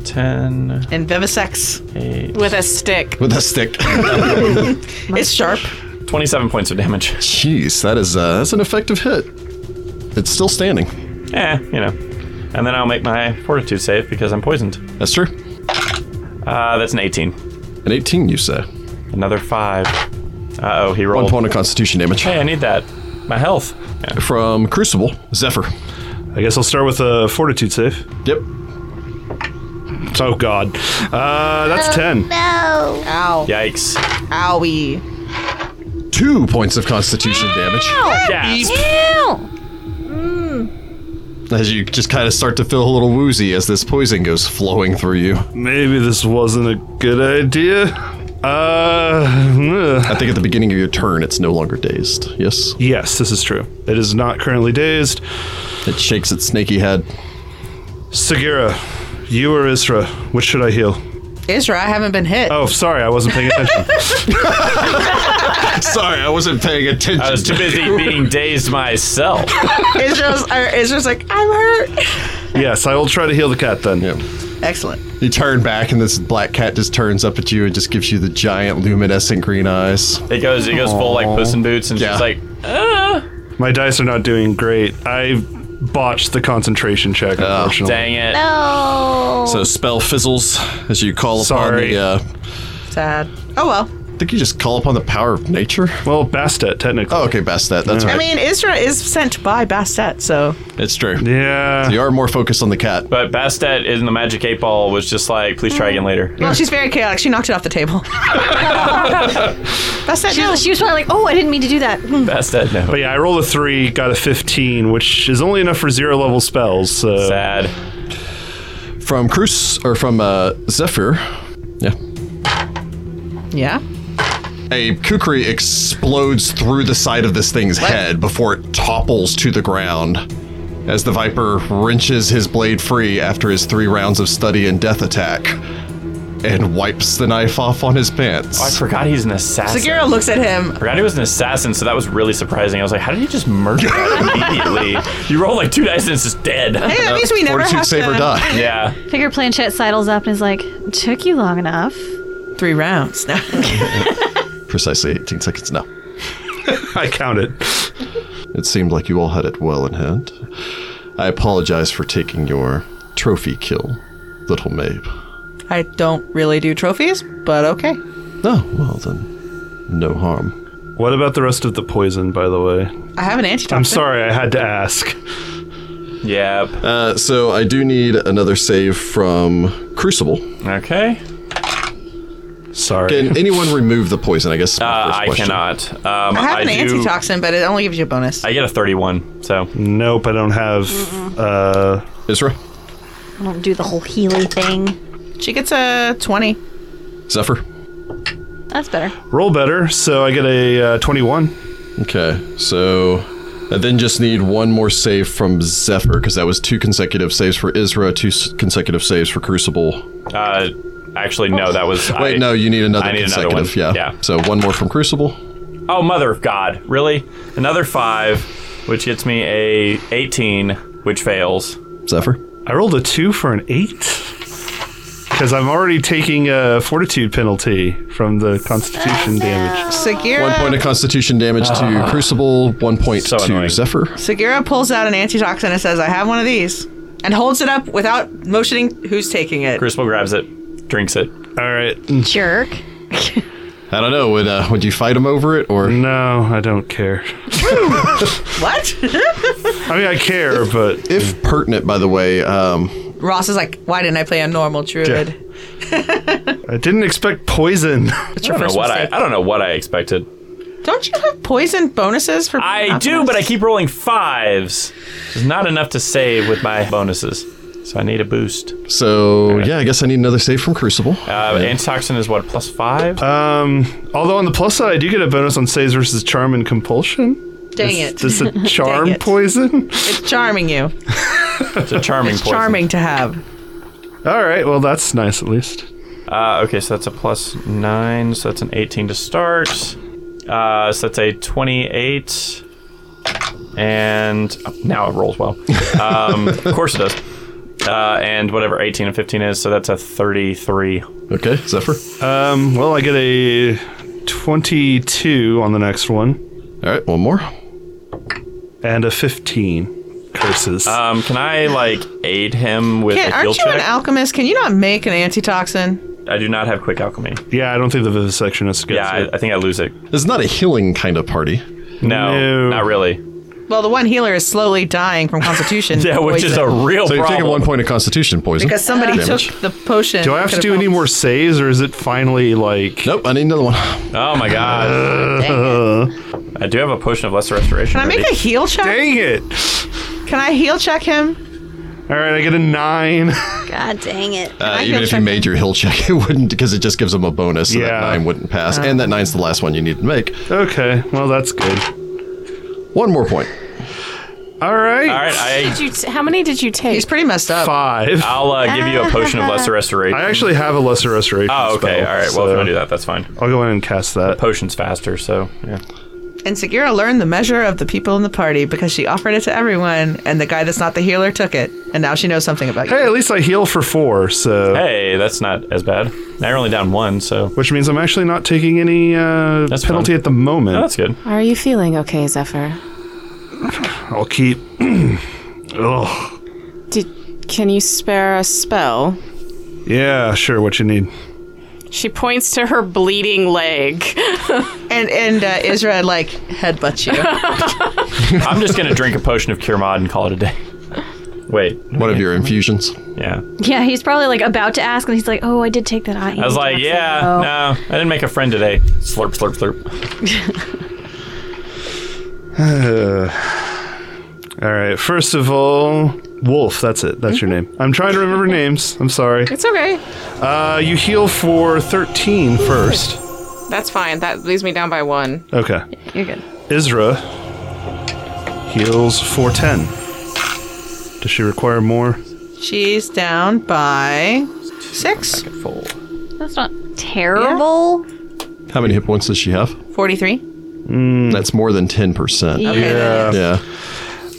10, And vivisex. 8, With a stick. with a stick. (laughs) It's sharp. 27 points of damage. (laughs) Jeez, that is uh, that's an effective hit. It's still standing. eh, you know. And then I'll make my fortitude save because I'm poisoned. That's true. Uh, that's an 18. An 18, you say. Another 5. Uh oh, he One rolled. point of constitution damage. Hey, I need that. My health. Yeah. From Crucible, Zephyr. I guess I'll start with a fortitude save. Yep. Oh God, uh, that's ten. No. Ow. Yikes. Owie. Two points of constitution damage. Hmm. Gasp. Ew. As you just kind of start to feel a little woozy as this poison goes flowing through you. Maybe this wasn't a good idea. Uh, I ugh. think at the beginning of your turn, it's no longer dazed. Yes. yes, this is true. It is not currently dazed. It shakes its snaky head. Sagira, you or Isra, which should I heal? Isra, I haven't been hit. Oh, sorry, I wasn't paying attention. Sorry, I wasn't paying attention. I was (laughs) too busy being dazed myself. Israel's, or Israel's uh, like, I'm hurt. yes, I will try to heal the cat then. Yeah. Excellent. You turn back, and this black cat just turns up at you and just gives you the giant luminescent green eyes. It goes it goes full like puss in boots and Yeah. she's like My dice are not doing great. I botched the concentration check, Oh, unfortunately. dang it. No. (laughs) So spell fizzles as you call Sorry. upon the. Uh, Sad. Oh well. I think you just call upon the power of nature. Well, Bastet, technically. Oh, okay, Bastet. That's Yeah. I right. mean, Isra is sent by Bastet, so it's true. Yeah. You are more focused on the cat. But Bastet in the magic eight ball was just like, please try (laughs) again later. well, she's very chaotic. She knocked it off the table. (laughs) Bastet, She was, she was probably like, oh, I didn't mean to do that. Hmm. Bastet no. But yeah, I rolled a three, got a 15, which is only enough for zero level spells. So Sad. From Cruz or from uh, Zephyr. Yeah. yeah. A kukri explodes through the side of this thing's head before it topples to the ground as the viper wrenches his blade free after his three rounds of study and death attack and wipes the knife off on his pants. Oh, I forgot he's an assassin. Sagira looks at him. forgot he was an assassin, so that was really surprising. I was like, how did he just murder that immediately? You roll like two dice and it's just dead. Hey, that means we never Fortitude have save to. or die. Yeah. Figure Planchette sidles up and is like, took you long enough. Three rounds. (laughs) No. Precisely 18 seconds now. I counted. It seemed like you all had it well in hand. I apologize for taking your trophy kill, little Mabe. I don't really do trophies, but okay. No, well then, no harm. What about the rest of the poison, by the way? I have an antidote. I'm sorry, I had to ask. Yep. Uh, so I do need another save from Crucible. Okay. Sorry. (laughs) Can anyone remove the poison? I guess. is my Uh, first I question. cannot. Um, I have an do- antitoxin, but it only gives you a bonus. I get a 31, so Nope, I don't have. Uh, Isra, I don't do the whole Healy thing. she gets a 20. Zephyr. That's better. roll better, so I get a uh, 21. Okay, so I then just need one more save from Zephyr because that was two consecutive saves for Isra, two s- consecutive saves for Crucible. uh, actually, no, that was. Wait, I- no, you need another I need another consecutive. one. Yeah. Yeah. So one more from Crucible. Oh, mother of God! Really? Another five, which gets me a 18, which fails. Zephyr. I rolled a two for an eight. because I'm already taking a fortitude penalty from the constitution damage. One Sagira, point of constitution damage to Crucible, one point Ah. So to annoying. Zephyr. Sagira pulls out an antitoxin and says, I have one of these. And holds it up without motioning who's taking it. Crucible grabs it, drinks it. All right. Jerk. I don't know. Would uh, would you fight him over it or? Mm. No, I don't care. What? (laughs) I mean, I care, but If pertinent, by the way, um, Ross is like, why didn't I play a normal druid? I didn't expect poison. (laughs) I don't know first what mistake. I. I don't know what I expected. Don't you have poison bonuses for? I not do, bonuses? but I keep rolling fives. It's not enough to save with my bonuses, so I need a boost. so yeah, I guess I need another save from Crucible. Uh, Antitoxin is what plus five. Uh, Um, although on the plus side, I do get a bonus on saves versus charm and compulsion. Dang Is it! this a charm (laughs) Dang it. poison? It's charming you. It's a charming. poison. Charming to have. All right, well that's nice at least. Uh, okay, so that's a plus nine, so that's an 18 to start. Uh, so that's a 28. And oh, now it rolls (laughs) well. Um, of course it does. Uh, and whatever 18 and 15 is, so that's a 33. Okay, Zephyr. Um, well, I get a twenty-two on the next one All right, one more. and a fifteen. Curses. Um, can I, like, aid him with Can, a heal aren't you an check? alchemist? Can you not make an antitoxin? I do not have quick alchemy. yeah, I don't think the vivisectionist gets Yeah, it. I, I think I lose it. This is not a healing kind of party. No, No. not really. Well, the one healer is slowly dying from (laughs) constitution. Yeah, which is a poison. real So you're problem. taking one point of Constitution poison. (laughs) because somebody Damage. took the potion. do I have to do any more saves, or is it finally like? Nope, I need another one. Oh my (laughs) god. I do have a potion of lesser restoration. Can I make already. a heal check? Dang it! Can I heal check him? All right, I get a nine. (laughs) God dang it. Uh, I even heal if you check made your hill check, (laughs) it wouldn't because it just gives them a bonus. So Yeah. that nine wouldn't pass, Oh. and that nine's the last one you need to make. okay, well that's good. One more point. All right, All right, I, Did you t- how many did you take? He's pretty messed up. five. I'll uh, give you a potion of (laughs) lesser restoration. I actually have a lesser restoration. Oh, okay. spell, All right. Well, if so you want to do that, that's fine. I'll go in and cast that. Potion's faster, so yeah. And Sagira learned the measure of the people in the party because she offered it to everyone, and the guy that's not the healer took it, and now she knows something about you. Hey, at least I heal for four, so Hey, that's not as bad. Now you're only down one, so which means I'm actually not taking any uh, That's penalty fun. at the moment. that's good. Are you feeling okay, Zephyr? I'll keep. (clears throat) Ugh. Did can you spare a spell? Yeah, sure. What you need? She points to her bleeding leg. And and uh, Isra like (laughs) headbutts you. I'm just gonna drink a potion of cure mod and call it a day. (laughs) Wait, One of your infusions. yeah. Yeah, he's probably like about to ask, and he's like, "Oh, I did take that." I I was like, yeah, Oh. no, I didn't make a friend today. Slurp, slurp, slurp. All right. First of all, Wolf. That's it. That's your name. I'm trying to remember names. I'm sorry. It's okay. Uh, you heal for 13 first. That's fine. That leaves me down by one. Okay. You're good. Isra heals for 10. Does she require more? She's down by six. Full. That's not terrible. How many hit points does she have? 43. That's more than ten percent. Okay. Yeah. Yeah.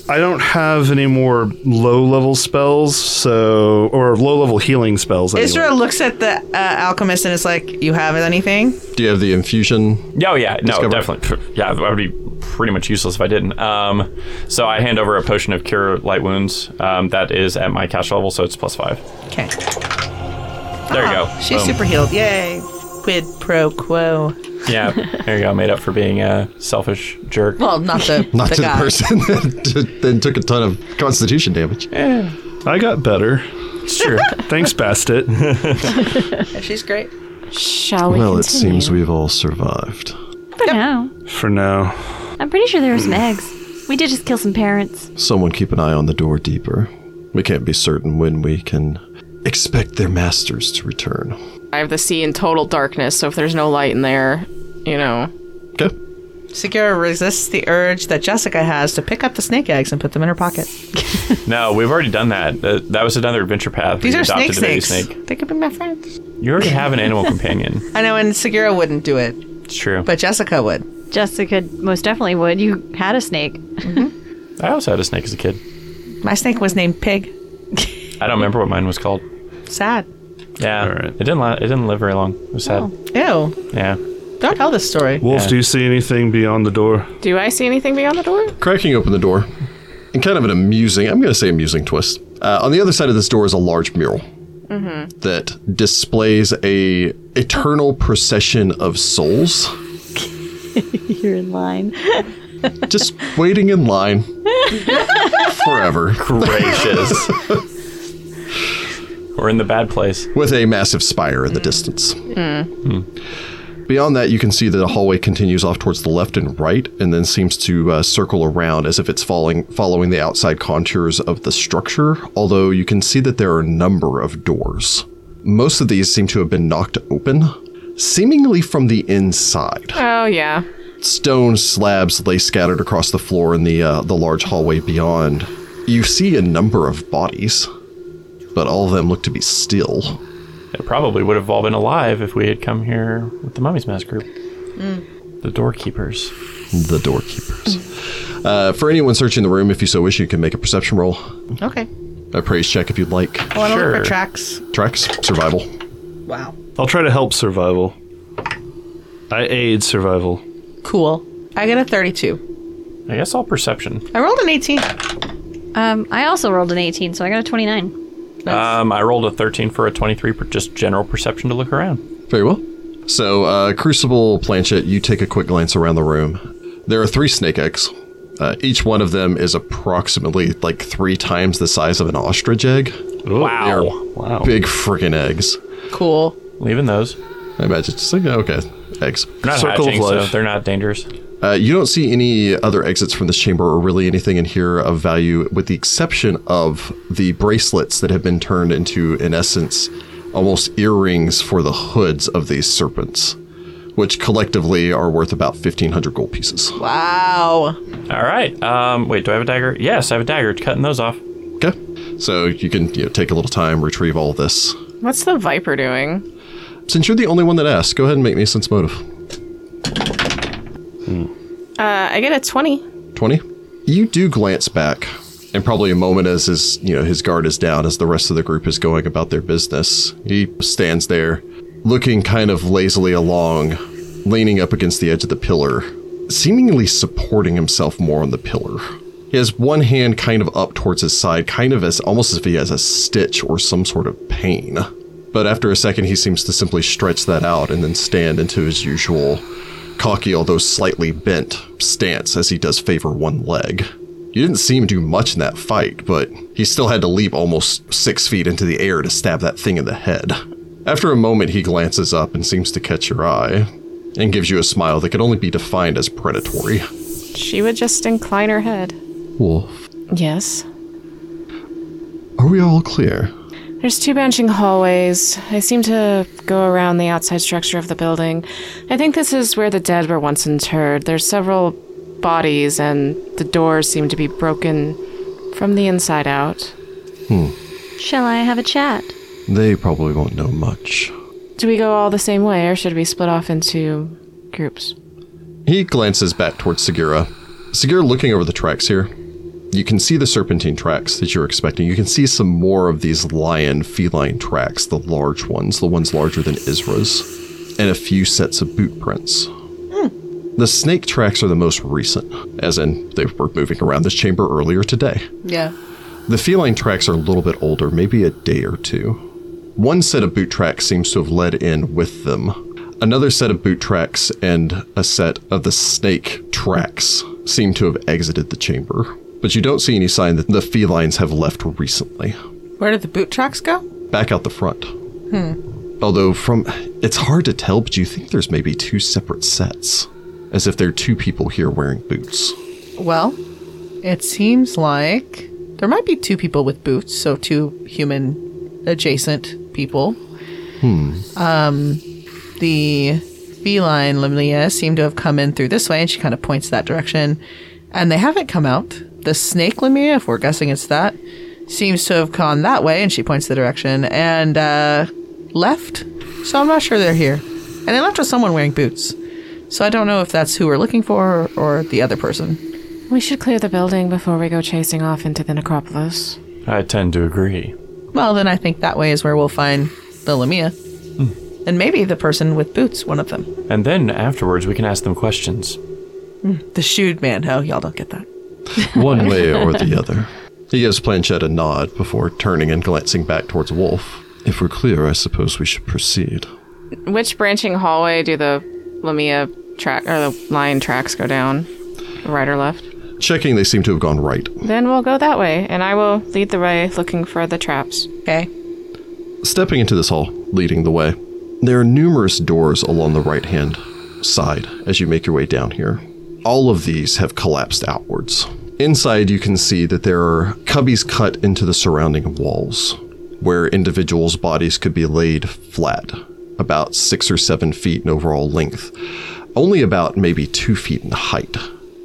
I don't have any more low level spells, so or low level healing spells. Anyway. Isra looks at the uh, alchemist and is like, You have anything? Do you have the infusion? Yeah, oh, yeah, no, Discover. definitely. Pff, Yeah, I would be pretty much useless if I didn't. Um, so I hand over a potion of cure light wounds. Um, that is at my cash level, so it's plus five. Okay. There you go. Ah, She's Oh, Boom. super healed. Yay. Quid pro quo. (laughs) Yeah, there you go. Made up for being a selfish jerk. Well, (laughs) not the, Not the to guy. the person that (laughs) then took a ton of Constitution damage. I got better. Sure. (laughs) Thanks, Bastet. (laughs) All She's great. Shall we? Well, it continue? seems we've all survived. For now, For now, I'm pretty sure there were some eggs. We did just kill some parents. Someone keep an eye on the door deeper. We can't be certain when we can expect their masters to return. I have the sea in total darkness, so if there's no light in there, you know. Okay. Segura resists the urge that Jessica has to pick up the snake eggs and put them in her pocket. No, we've already done that. Uh, that was another adventure path. These We are snake adopted the baby snakes. snake. They could be my friends. You already have an animal companion. I know, and Segura wouldn't do it, It's true. but Jessica would. Jessica most definitely would. You had a snake. I also had a snake as a kid. My snake was named Pig. I don't remember what mine was called. Sad. Yeah. All right. It didn't. La- it didn't live very long. It was sad. Oh. Ew. Yeah. Don't tell this story. Wolf, Yeah. do you see anything beyond the door? Do I see anything beyond the door? Cracking open the door, in kind of an amusing, I'm going to say amusing twist. Uh, on the other side of this door is a large mural Mm-hmm. that displays a eternal procession of souls (laughs) You're in line. just waiting (laughs) in line forever Gracious. We're in the bad place. with a massive spire in the distance. Hmm. Beyond that, you can see that the hallway continues off towards the left and right, and then seems to uh, circle around as if it's falling, following the outside contours of the structure. Although you can see that there are a number of doors. Most of these seem to have been knocked open, seemingly from the inside. Oh yeah. Stone slabs lay scattered across the floor in the uh, the large hallway beyond. You see a number of bodies, but all of them look to be still. It probably would have all been alive if we had come here with the Mummy's Mask group. The doorkeepers. the doorkeepers. Uh, for anyone searching the room, if you so wish, you can make a perception roll, Okay. Oh, a praise check if you'd like. I want to look Sure. for tracks. Tracks, survival. Wow. I'll try to help survival. I aid survival. Cool. I get a 32. I guess all perception. I rolled an 18. Um, I also rolled an 18, so I got a 29. Um, I rolled a 13 for a 23 for just general perception to look around. Very well. So, uh, Crucible Planchet, you take a quick glance around the room. There are three snake eggs. Uh, each one of them is approximately like three times the size of an ostrich egg. wow. Wow. Big freaking eggs. Cool. Leaving those. They're I imagine. It's like, okay, eggs. not Circle of hatching, so life. they're not dangerous. Uh, you don't see any other exits from this chamber or really anything in here of value, with the exception of the bracelets that have been turned into, in essence, almost earrings for the hoods of these serpents, which collectively are worth about 1,500 gold pieces. Wow. All right. Um, wait, do I have a dagger? Yes, I have a dagger. Cutting those off. Okay. So you can you know, take a little time, retrieve all this. What's the viper doing? Since you're the only one that asked, go ahead and make me a sense motive. Uh, I get a twenty. 20 you do glance back and probably a moment as his you know his guard is down as the rest of the group is going about their business he stands there looking kind of lazily along leaning up against the edge of the pillar seemingly supporting himself more on the pillar he has one hand kind of up towards his side kind of as almost as if he has a stitch or some sort of pain but after a second he seems to simply stretch that out and then stand into his usual cocky, although slightly bent, stance as he does favor one leg. You didn't see him do much in that fight, but he still had to leap almost six feet into the air to stab that thing in the head. After a moment, he glances up and seems to catch your eye, and gives you a smile that could only be defined as predatory. She would just incline her head. Wolf, Yes. are we all clear? There's two branching hallways. They seem to go around the outside structure of the building. I think this is where the dead were once interred. There's several bodies, and the doors seem to be broken from the inside out. Shall I have a chat? They probably won't know much. Do we go all the same way, or should we split off into groups? He glances back towards Segura. Segura looking over the tracks here. You can see the serpentine tracks that you're expecting. You can see some more of these lion feline tracks, the large ones, the ones larger than Isra's, and a few sets of boot prints. The snake tracks are the most recent, as in they were moving around this chamber earlier today. Yeah. The feline tracks are a little bit older, maybe a day or two. One set of boot tracks seems to have led in with them. Another set of boot tracks and a set of the snake tracks seem to have exited the chamber, but you don't see any sign that the felines have left recently. Where did the boot tracks go? Back out the front. Hmm. Although from it's hard to tell, but you think there's maybe two separate sets, as if there are two people here wearing boots. Well, it seems like there might be two people with boots, so two human adjacent people. Hmm. Um, the feline Limnia seemed to have come in through this way, and she kind of points that direction. And they haven't come out. The snake Limnia, if we're guessing it's that, seems to have gone that way, and she points the direction and uh, left. So I'm not sure they're here. And they left with someone wearing boots. So I don't know if that's who we're looking for or the other person. We should clear the building before we go chasing off into the necropolis. I tend to agree. Well, then I think that way is where we'll find the Lamia, and maybe the person with boots, one of them. And then afterwards, we can ask them questions. The shoed man. Oh, y'all don't get that. (laughs) one way or (laughs) the other. He gives Planchette a nod before turning and glancing back towards Wolf. If we're clear, I suppose we should proceed. Which branching hallway do the Lamia track or the lion tracks go down? Right or left? Checking, they seem to have gone right. Then we'll go that way, and I will lead the way looking for the traps. Okay. Stepping into this hall, leading the way, there are numerous doors along the right hand side as you make your way down here. All of these have collapsed outwards. Inside, you can see that there are cubbies cut into the surrounding walls, where individuals' bodies could be laid flat, about six or seven feet in overall length, only about maybe two feet in height.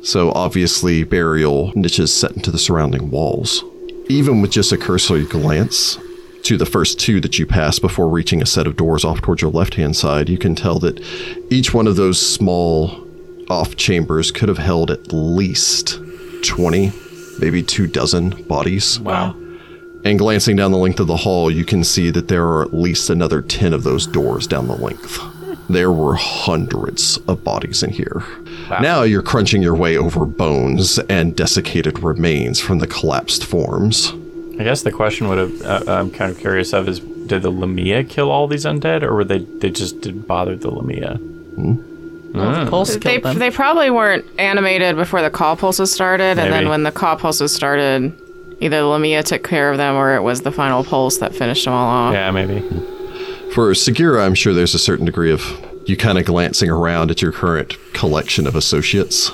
So, obviously, burial niches set into the surrounding walls. Even with just a cursory glance, to the first two that you pass before reaching a set of doors off towards your left hand side, you can tell that each one of those small off chambers could have held at least 20, maybe two dozen bodies. Wow. And glancing down the length of the hall, you can see that there are at least another 10 of those doors down the length. There were hundreds of bodies in here. Now you're crunching your way over bones and desiccated remains from the collapsed forms. I guess the question would have uh, I'm kind of curious of is did the Lamia kill all these undead or were they they just didn't bother the Lamia? The pulse They, killed them. they probably weren't animated before the call pulses started, Maybe. and then when the call pulses started, either the Lamia took care of them or it was the final pulse that finished them all off. Yeah, maybe. For Segura, I'm sure there's a certain degree of you kind of glancing around at your current collection of associates.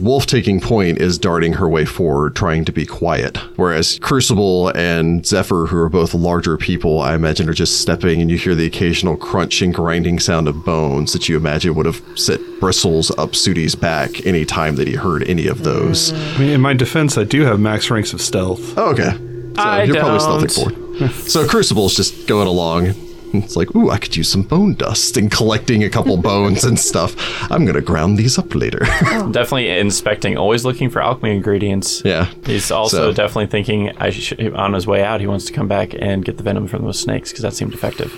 Wolf taking point is darting her way forward, trying to be quiet, whereas Crucible and Zephyr, who are both larger people, I imagine are just stepping, and you hear the occasional crunch and grinding sound of bones that you imagine would have set bristles up Sudi's back any time that he heard any of those. I mean, in my defense, I do have max ranks of stealth. Oh, okay. So I you're probably don't. stealthing forward. (laughs) so Crucible's just going along. It's like, ooh, I could use some bone dust and collecting a (laughs) couple bones and stuff. I'm gonna ground these up later. (laughs) Definitely inspecting, always looking for alchemy ingredients. yeah. He's also So- definitely thinking I should, on his way out, he wants to come back and get the venom from those snakes because that seemed effective.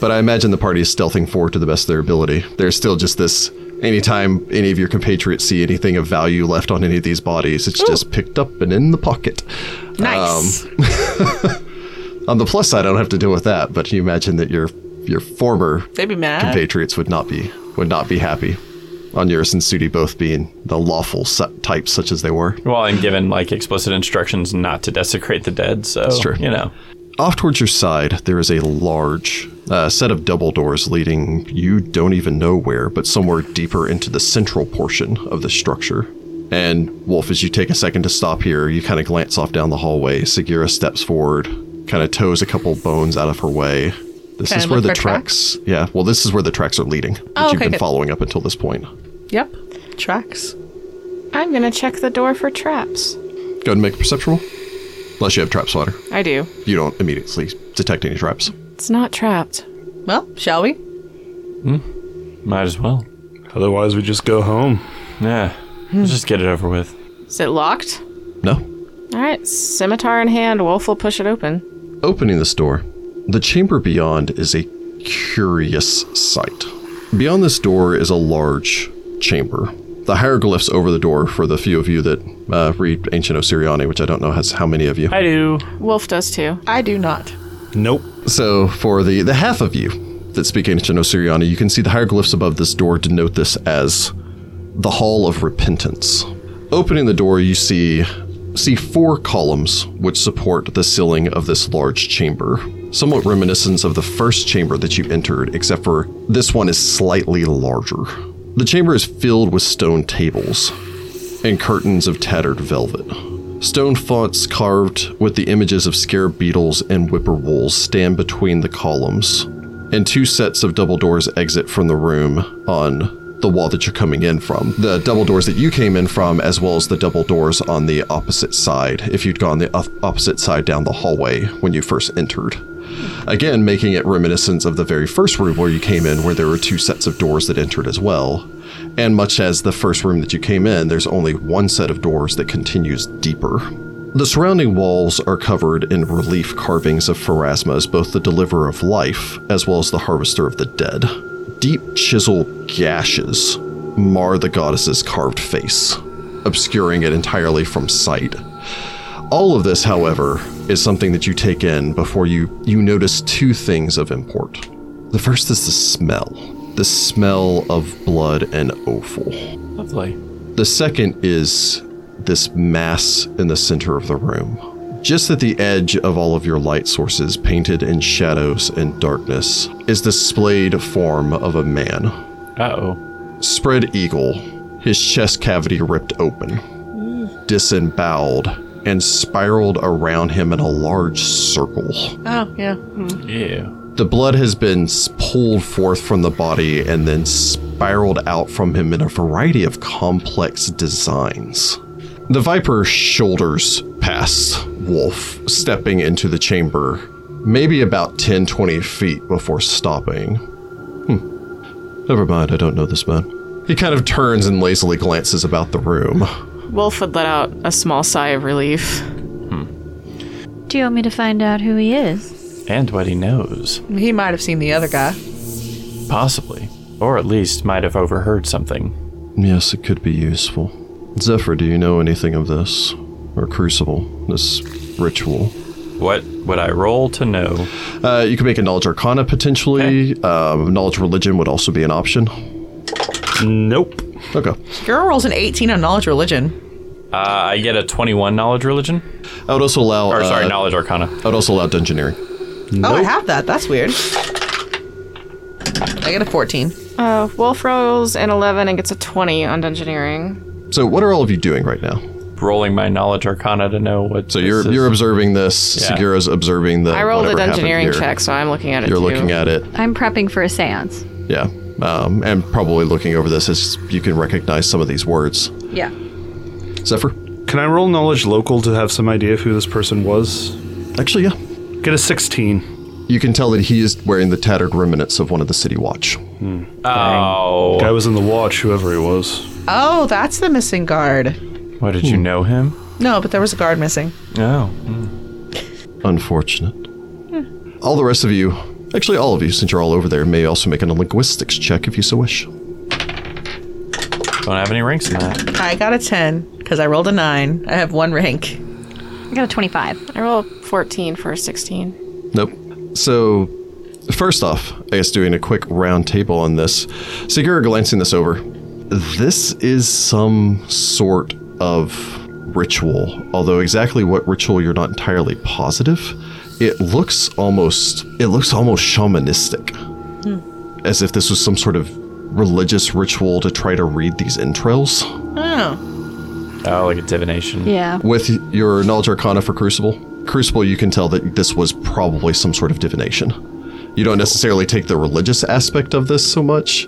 But I imagine the party is stealthing forward to the best of their ability. There's still just this anytime any of your compatriots see anything of value left on any of these bodies, it's just picked up and in the pocket. Um, nice. (laughs) On the plus side, I don't have to deal with that, but you imagine that your your former They'd be mad. compatriots would not be would not be happy on Eurus and Sudi both being the lawful su- types such as they were. Well, and given like explicit instructions not to desecrate the dead, so true. you know, Off towards your side, there is a large uh, set of double doors leading you don't even know where, but somewhere deeper into the central portion of the structure. And Wolf, as you take a second to stop here, you kind of glance off down the hallway. Segura steps forward, kind of toes a couple bones out of her way. This Kinda is where look the for tracks? tracks, Yeah, well, this is where the tracks are leading, which Oh, you've okay, been good. following up until this point. Yep. Tracks. I'm gonna check the door for traps. Go ahead and make a perception roll. Unless you have trap slaughter. I do. You don't immediately detect any traps. It's not trapped. Well, shall we? might as well. Otherwise, we just go home. Yeah, let's just get it over with. Is it locked? No. All right, scimitar in hand, Wolf will push it open. Opening this door, the chamber beyond is a curious sight. Beyond this door is a large chamber. The hieroglyphs over the door, for the few of you that uh, read Ancient Osiriani, which I don't know has how many of you. I do. Wolf does too. I do not. Nope. So, for the, the half of you that speak ancient Osiriani, you can see the hieroglyphs above this door denote this as the Hall of Repentance. Opening the door, you see see four columns which support the ceiling of this large chamber, somewhat reminiscent of the first chamber that you entered, except for this one is slightly larger. The chamber is filled with stone tables, and curtains of tattered velvet. Stone fonts carved with the images of scarab beetles and whippoorwills stand between the columns, and two sets of double doors exit from the room on the wall that you're coming in from. The double doors that you came in from, as well as the double doors on the opposite side, if you'd gone the op- opposite side down the hallway when you first entered. Again, making it reminiscent of the very first room where you came in, where there were two sets of doors that entered as well. And much as the first room that you came in, there's only one set of doors that continues deeper. The surrounding walls are covered in relief carvings of Pharasma as both the deliverer of life as well as the harvester of the dead. Deep chisel gashes mar the goddess's carved face, obscuring it entirely from sight. All of this, however, is something that you take in before you, you notice two things of import. The first is the smell the smell of blood and offal. Lovely. The second is this mass in the center of the room. Just at the edge of all of your light sources, painted in shadows and darkness, is the splayed form of a man. Uh oh. Spread eagle, his chest cavity ripped open, disemboweled, and spiraled around him in a large circle. Oh, yeah. Yeah. The blood has been s- pulled forth from the body and then spiraled out from him in a variety of complex designs. The viper shoulders past Wolf, stepping into the chamber, maybe about 10 20 feet before stopping. Hmm. Never mind, I don't know this man. He kind of turns and lazily glances about the room. Wolf would let out a small sigh of relief. Do you want me to find out who he is? And what he knows. He might have seen the other guy. Possibly. Or at least might have overheard something. Yes, it could be useful. Zephyr, do you know anything of this? Or Crucible, this ritual? What would I roll to know? Uh, you can make a knowledge arcana potentially. Um, knowledge religion would also be an option. Nope. Okay. Girl rolls an 18 on knowledge religion. Uh, I get a 21 knowledge religion. I would also allow. Or, uh, sorry, knowledge arcana. I would also allow dungeoneering. Oh, I have that. That's weird. I get a 14. Uh, Wolf rolls an 11 and gets a 20 on Dungeoneering. So, what are all of you doing right now? Rolling my knowledge arcana to know what. So you're this is. you're observing this. Yeah. Segura's observing the. I rolled a whatever happened Dungeoneering here. check, so I'm looking at it You're too. looking at it. I'm prepping for a seance. Yeah. Um, and probably looking over this as you can recognize some of these words. Yeah. Zephyr. Can I roll knowledge local to have some idea of who this person was? Actually, yeah. Get a 16. You can tell that he is wearing the tattered remnants of one of the city watch. Oh. Guy was in the watch, whoever he was. Oh, that's the missing guard. What did Hmm. you know him? No, but there was a guard missing. Oh. Unfortunate. Hmm. All the rest of you, actually all of you, since you're all over there, may also make a linguistics check if you so wish. Don't have any ranks in that. I got a 10 because I rolled a 9. I have one rank. I got a 25. I roll a 14 for a 16. Nope. So, first off, I guess doing a quick round table on this. Segura glancing this over. This is some sort of ritual, although exactly what ritual you're not entirely positive. It looks almost it looks almost shamanistic. As if this was some sort of religious ritual to try to read these entrails. Oh. Oh, like a divination. Yeah. With your knowledge arcana for Crucible, Crucible, you can tell that this was probably some sort of divination. You don't necessarily take the religious aspect of this so much,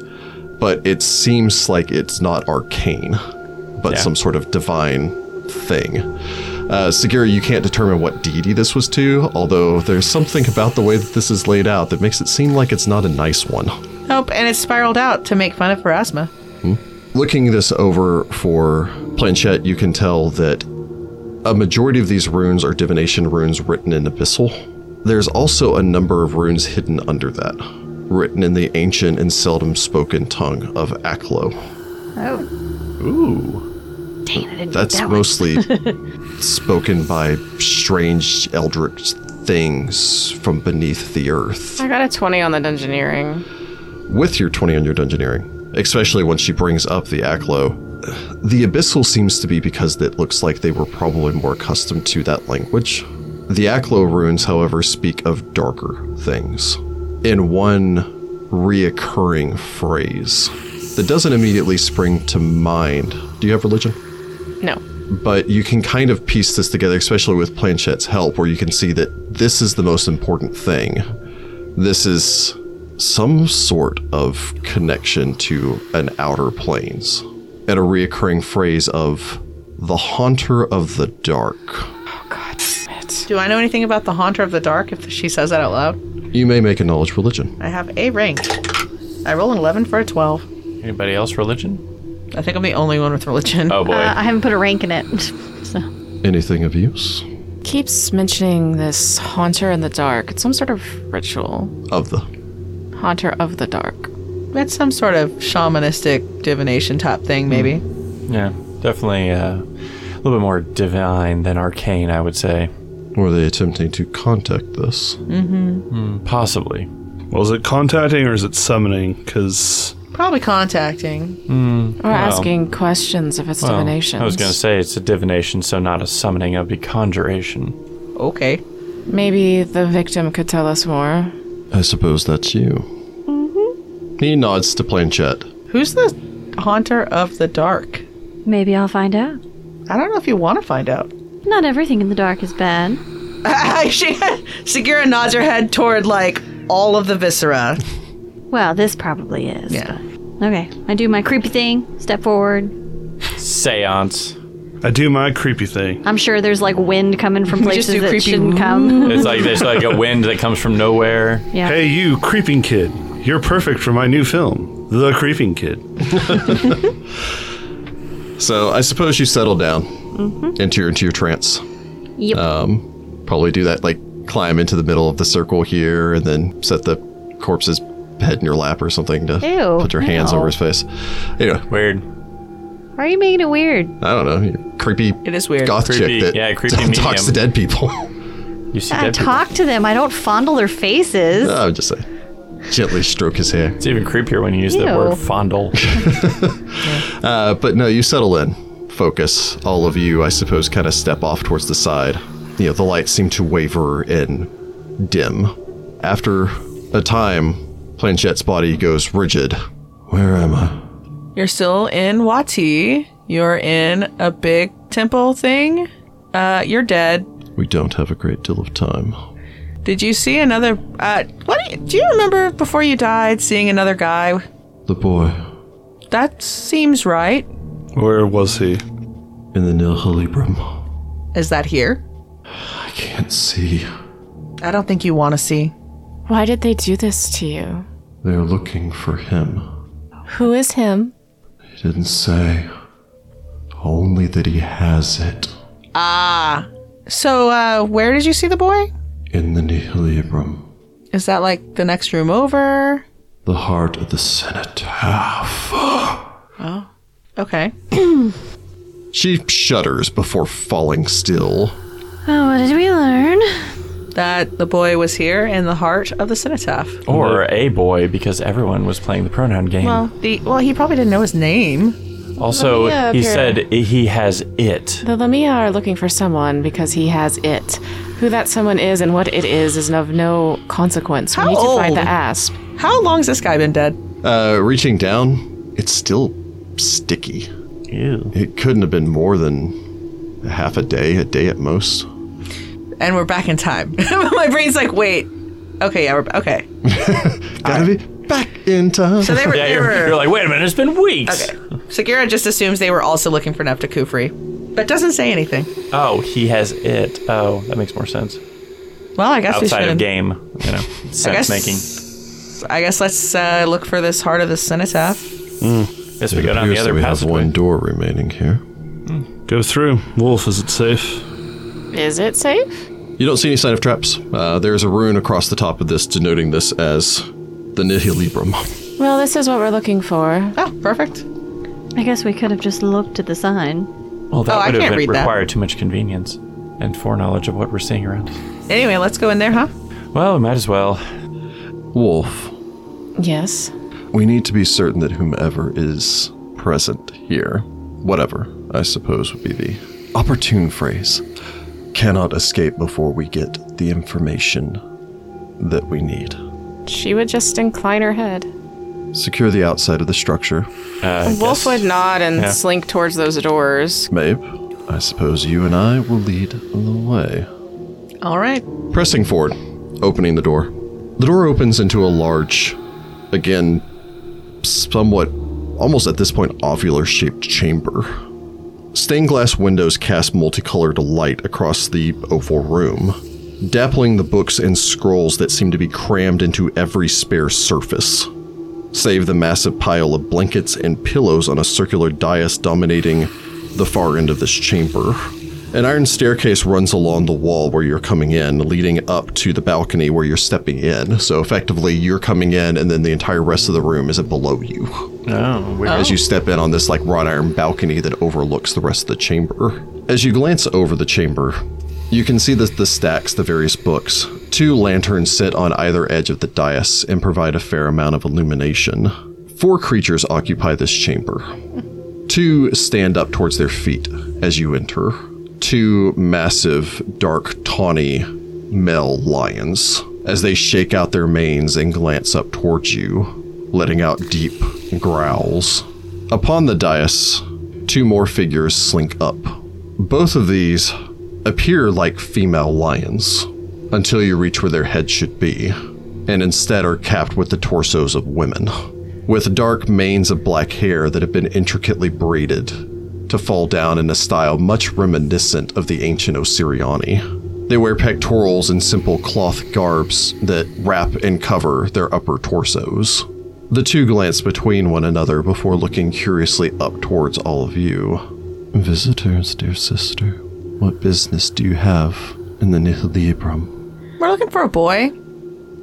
but it seems like it's not arcane, but Yeah. some sort of divine thing. Uh, Segura, you can't determine what deity this was to, although there's something about the way that this is laid out that makes it seem like it's not a nice one. Nope, and it spiraled out to make fun of Parasma. Looking this over for Planchette, you can tell that a majority of these runes are divination runes written in Abyssal. There's also a number of runes hidden under that, written in the ancient and seldom spoken tongue of Aklo. Oh. Dang, I didn't That's get that one. mostly (laughs) spoken by strange eldritch things from beneath the earth. I got a 20 on the Dungeoneering. with your 20 on your dungeoneering, especially when she brings up the Aklo. The Abyssal seems to be because it looks like they were probably more accustomed to that language. The Aklo runes, however, speak of darker things in one reoccurring phrase that doesn't immediately spring to mind. Do you have religion? No. but you can kind of piece this together, especially with Planchette's help, where you can see that this is the most important thing. This is some sort of connection to an outer planes, and a reoccurring phrase of the haunter of the dark. Do I know anything about the Haunter of the Dark if she says that out loud? You may make a knowledge religion. I have a rank. I roll an 11 for a 12. Anybody else religion? I think I'm the only one with religion. Uh, Oh boy. Uh, I haven't put a rank in it. (laughs) so. Anything of use? Keeps mentioning this haunter in the dark. It's some sort of ritual. Of the. Haunter of the dark. That's some sort of shamanistic divination type thing, maybe. Yeah, definitely uh, a little bit more divine than arcane, I would say. Were they attempting to contact this? Possibly. Well, is it contacting or is it summoning? Because Probably contacting. Or asking questions if it's Well, divination. I was going to say it's a divination, so not a summoning. It would be conjuration. Okay. Maybe the victim could tell us more. I suppose that's you. He nods to Planchette. Who's the haunter of the dark? Maybe I'll find out. I don't know if you want to find out. (laughs) Not everything in the dark is bad. she, Segura nods her head toward like all of the viscera. Well, this probably is. Yeah. but- Okay, I do my creepy thing, step forward. Seance. I do my creepy thing. Uh. I'm sure there's like wind coming from We (laughs) just places do that creepy shouldn't (laughs) come. It's like there's like a wind that comes from nowhere. Yeah. Hey, you creeping kid! You're perfect for my new film, The Creeping Kid. So I suppose you settle down into your into your trance. Mm-hmm. Um, Yep. Probably do that like climb into the middle of the circle here and then set the corpse's head in your lap or something to Ew, put your hands over his face. Anyway, Weird. Why are you making it weird? I don't know. You're creepy It is weird. goth Creepy- chick that yeah, creepy (laughs) talks medium. to dead people. (laughs) You see I dead people. talk to them. I don't fondle their faces. I would just say gently stroke his hair. It's even creepier when you use Ew. the word fondle. Uh, but no, you settle in, focus. All of you, I suppose, kind of step off towards the side. You know, the lights seem to waver and dim. After a time, Planchette's body goes rigid. Where am I? You're still in Wati. You're in a big temple thing. Uh, you're dead. We don't have a great deal of time. Did you see another? Uh, what do you, do you remember before you died seeing another guy? The boy That seems right. Where was he? in the Nil Halibrum. Is that here? I can't see. I don't think you want to see. Why did they do this to you? They're looking for him. Who is him? He didn't say. Only that he has it So, uh, where did you see the boy? in the Nihilibrum, Is that like the next room over? the heart of the Ah, cenotaph. Okay. She shudders before falling still. Oh, what did we learn? That the boy was here in the heart of the cenotaph. or a boy, because everyone was playing the pronoun game. Well, the well, he probably didn't know his name. also, uh, Yeah, he pure. said i- he has it. The Lamia are looking for someone because he has it. Who that someone is and what it is is of no consequence. How we need to find the old? asp. How long's this guy been dead? Uh, reaching down, it's still sticky. Ew. It couldn't have been more than a half a day, a day at most. And we're back in time. (laughs) My brain's like, wait. Okay, yeah, we're okay. Gotta be back in time. (laughs) So they were. Yeah, they you're, were you're like, wait a minute, it's been weeks. Segura just assumes they were also looking for Nefta Kufri, but doesn't say anything. Oh, he has it. Oh, that makes more sense. Well, I guess we Outside should. of game, you (laughs) know, sense making. I guess let's uh, look for this heart of the cenotaph. Guess we It go down the appears that other we have passageway. one door remaining here. Go through. Wolf, is it safe? Is it safe? You don't see any sign of traps. Uh, there's a rune across the top of this denoting this as the Nihilibrum. Well, this is what we're looking for. Oh, perfect. I guess we could have just looked at the sign. Well, that Oh, I would have can't read that. required too much convenience and foreknowledge of what we're seeing around. Anyway, let's go in there, huh? Well, we might as well. Wolf, Yes. we need to be certain that whomever is present here, whatever I suppose would be the opportune phrase, cannot escape before we get the information that we need. She would just incline her head. Secure the outside of the structure. Uh, Wolf guess- would nod and Yeah. slink towards those doors. Mabe, I suppose you and I will lead the way. All right. Pressing forward, opening the door. The door opens into a large, again, somewhat, almost at this point, ovular shaped chamber. Stained glass windows cast multicolored light across the oval room, dappling the books and scrolls that seem to be crammed into every spare surface, save the massive pile of blankets and pillows on a circular dais dominating the far end of this chamber An iron staircase runs along the wall where you're coming in, leading up to the balcony where you're stepping in. So effectively, you're coming in, and then the entire rest of the room is below you. Oh, weird. as you step in on this like wrought iron balcony that overlooks the rest of the chamber. As you glance over the chamber, you can see that the stacks, the various books, two lanterns sit on either edge of the dais and provide a fair amount of illumination. Four creatures occupy this chamber. Two stand up towards their feet as you enter. Two massive, dark, tawny male lions as they shake out their manes and glance up towards you, letting out deep growls. Upon the dais, two more figures slink up. Both of these appear like female lions until you reach where their heads should be, and instead are capped with the torsos of women, with dark manes of black hair that have been intricately braided to fall down in a style much reminiscent of the ancient Osiriani. They wear pectorals and simple cloth garbs that wrap and cover their upper torsos. The two glance between one another before looking curiously up towards all of you. Visitors, dear sister, what business do you have in the Nithalibrum? We're looking for a boy.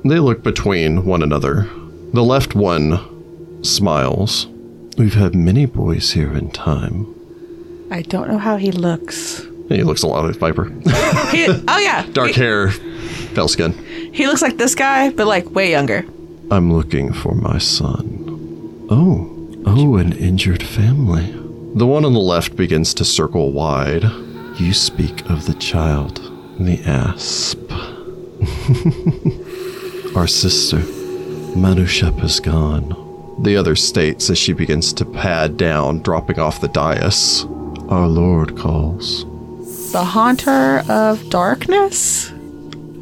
They look between one another. The left one smiles. We've had many boys here in time. I don't know how he looks. He looks a lot like Viper. He, oh yeah, (laughs) Dark he, hair, pale skin. he looks like this guy, but like way younger. I'm looking for my son. Oh, oh, an injured family. The one on the left begins to circle wide. You speak of the child, the asp. (laughs) Our sister, Manushep, is gone. The other states as she begins to pad down, dropping off the dais. Our Lord calls, The haunter of darkness.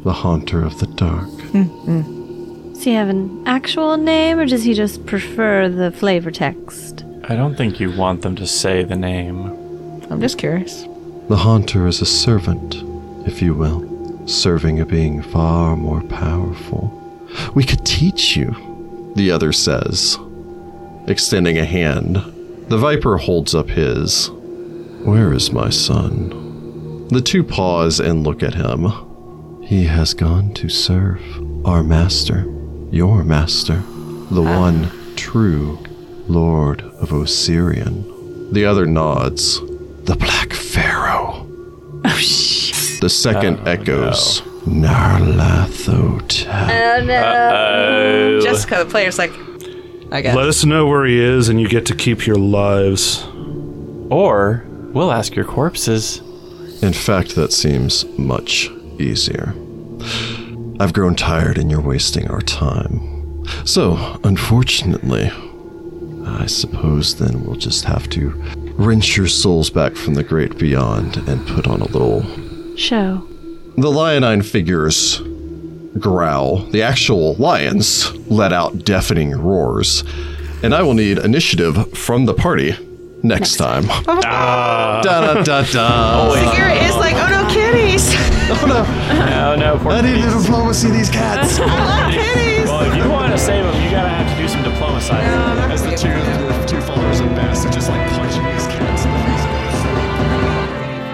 the haunter of the dark. Does he have an actual name, or does he just prefer the flavor text? I don't think you want them to say the name. I'm just curious. The Haunter is a servant, if you will, serving a being far more powerful. We could teach you, the other says, extending a hand. The Viper holds up his. Where is my son? The two pause and look at him. He has gone to serve our master, your master, the one true Lord of Osirian. The other nods. The Black Pharaoh. The second echoes. Narlathotep. Jessica, the player's like, I guess. Let us know where he is, and you get to keep your lives. Or we'll ask your corpses. In fact, that seems much easier. I've grown tired and you're wasting our time. So, unfortunately, I suppose then we'll just have to wrench your souls back from the great beyond and put on a little Show. The lionine figures growl. The actual lions let out deafening roars. And I will need initiative from the party next time. da da da da. Garrett is like, oh no, kitties! (laughs) Oh no, poor I need kitties. diplomacy, these cats. Well, if you want to save them, you gotta have to do some diplomacy. As the two, your two followers of Bass are just like punching these cats in the face.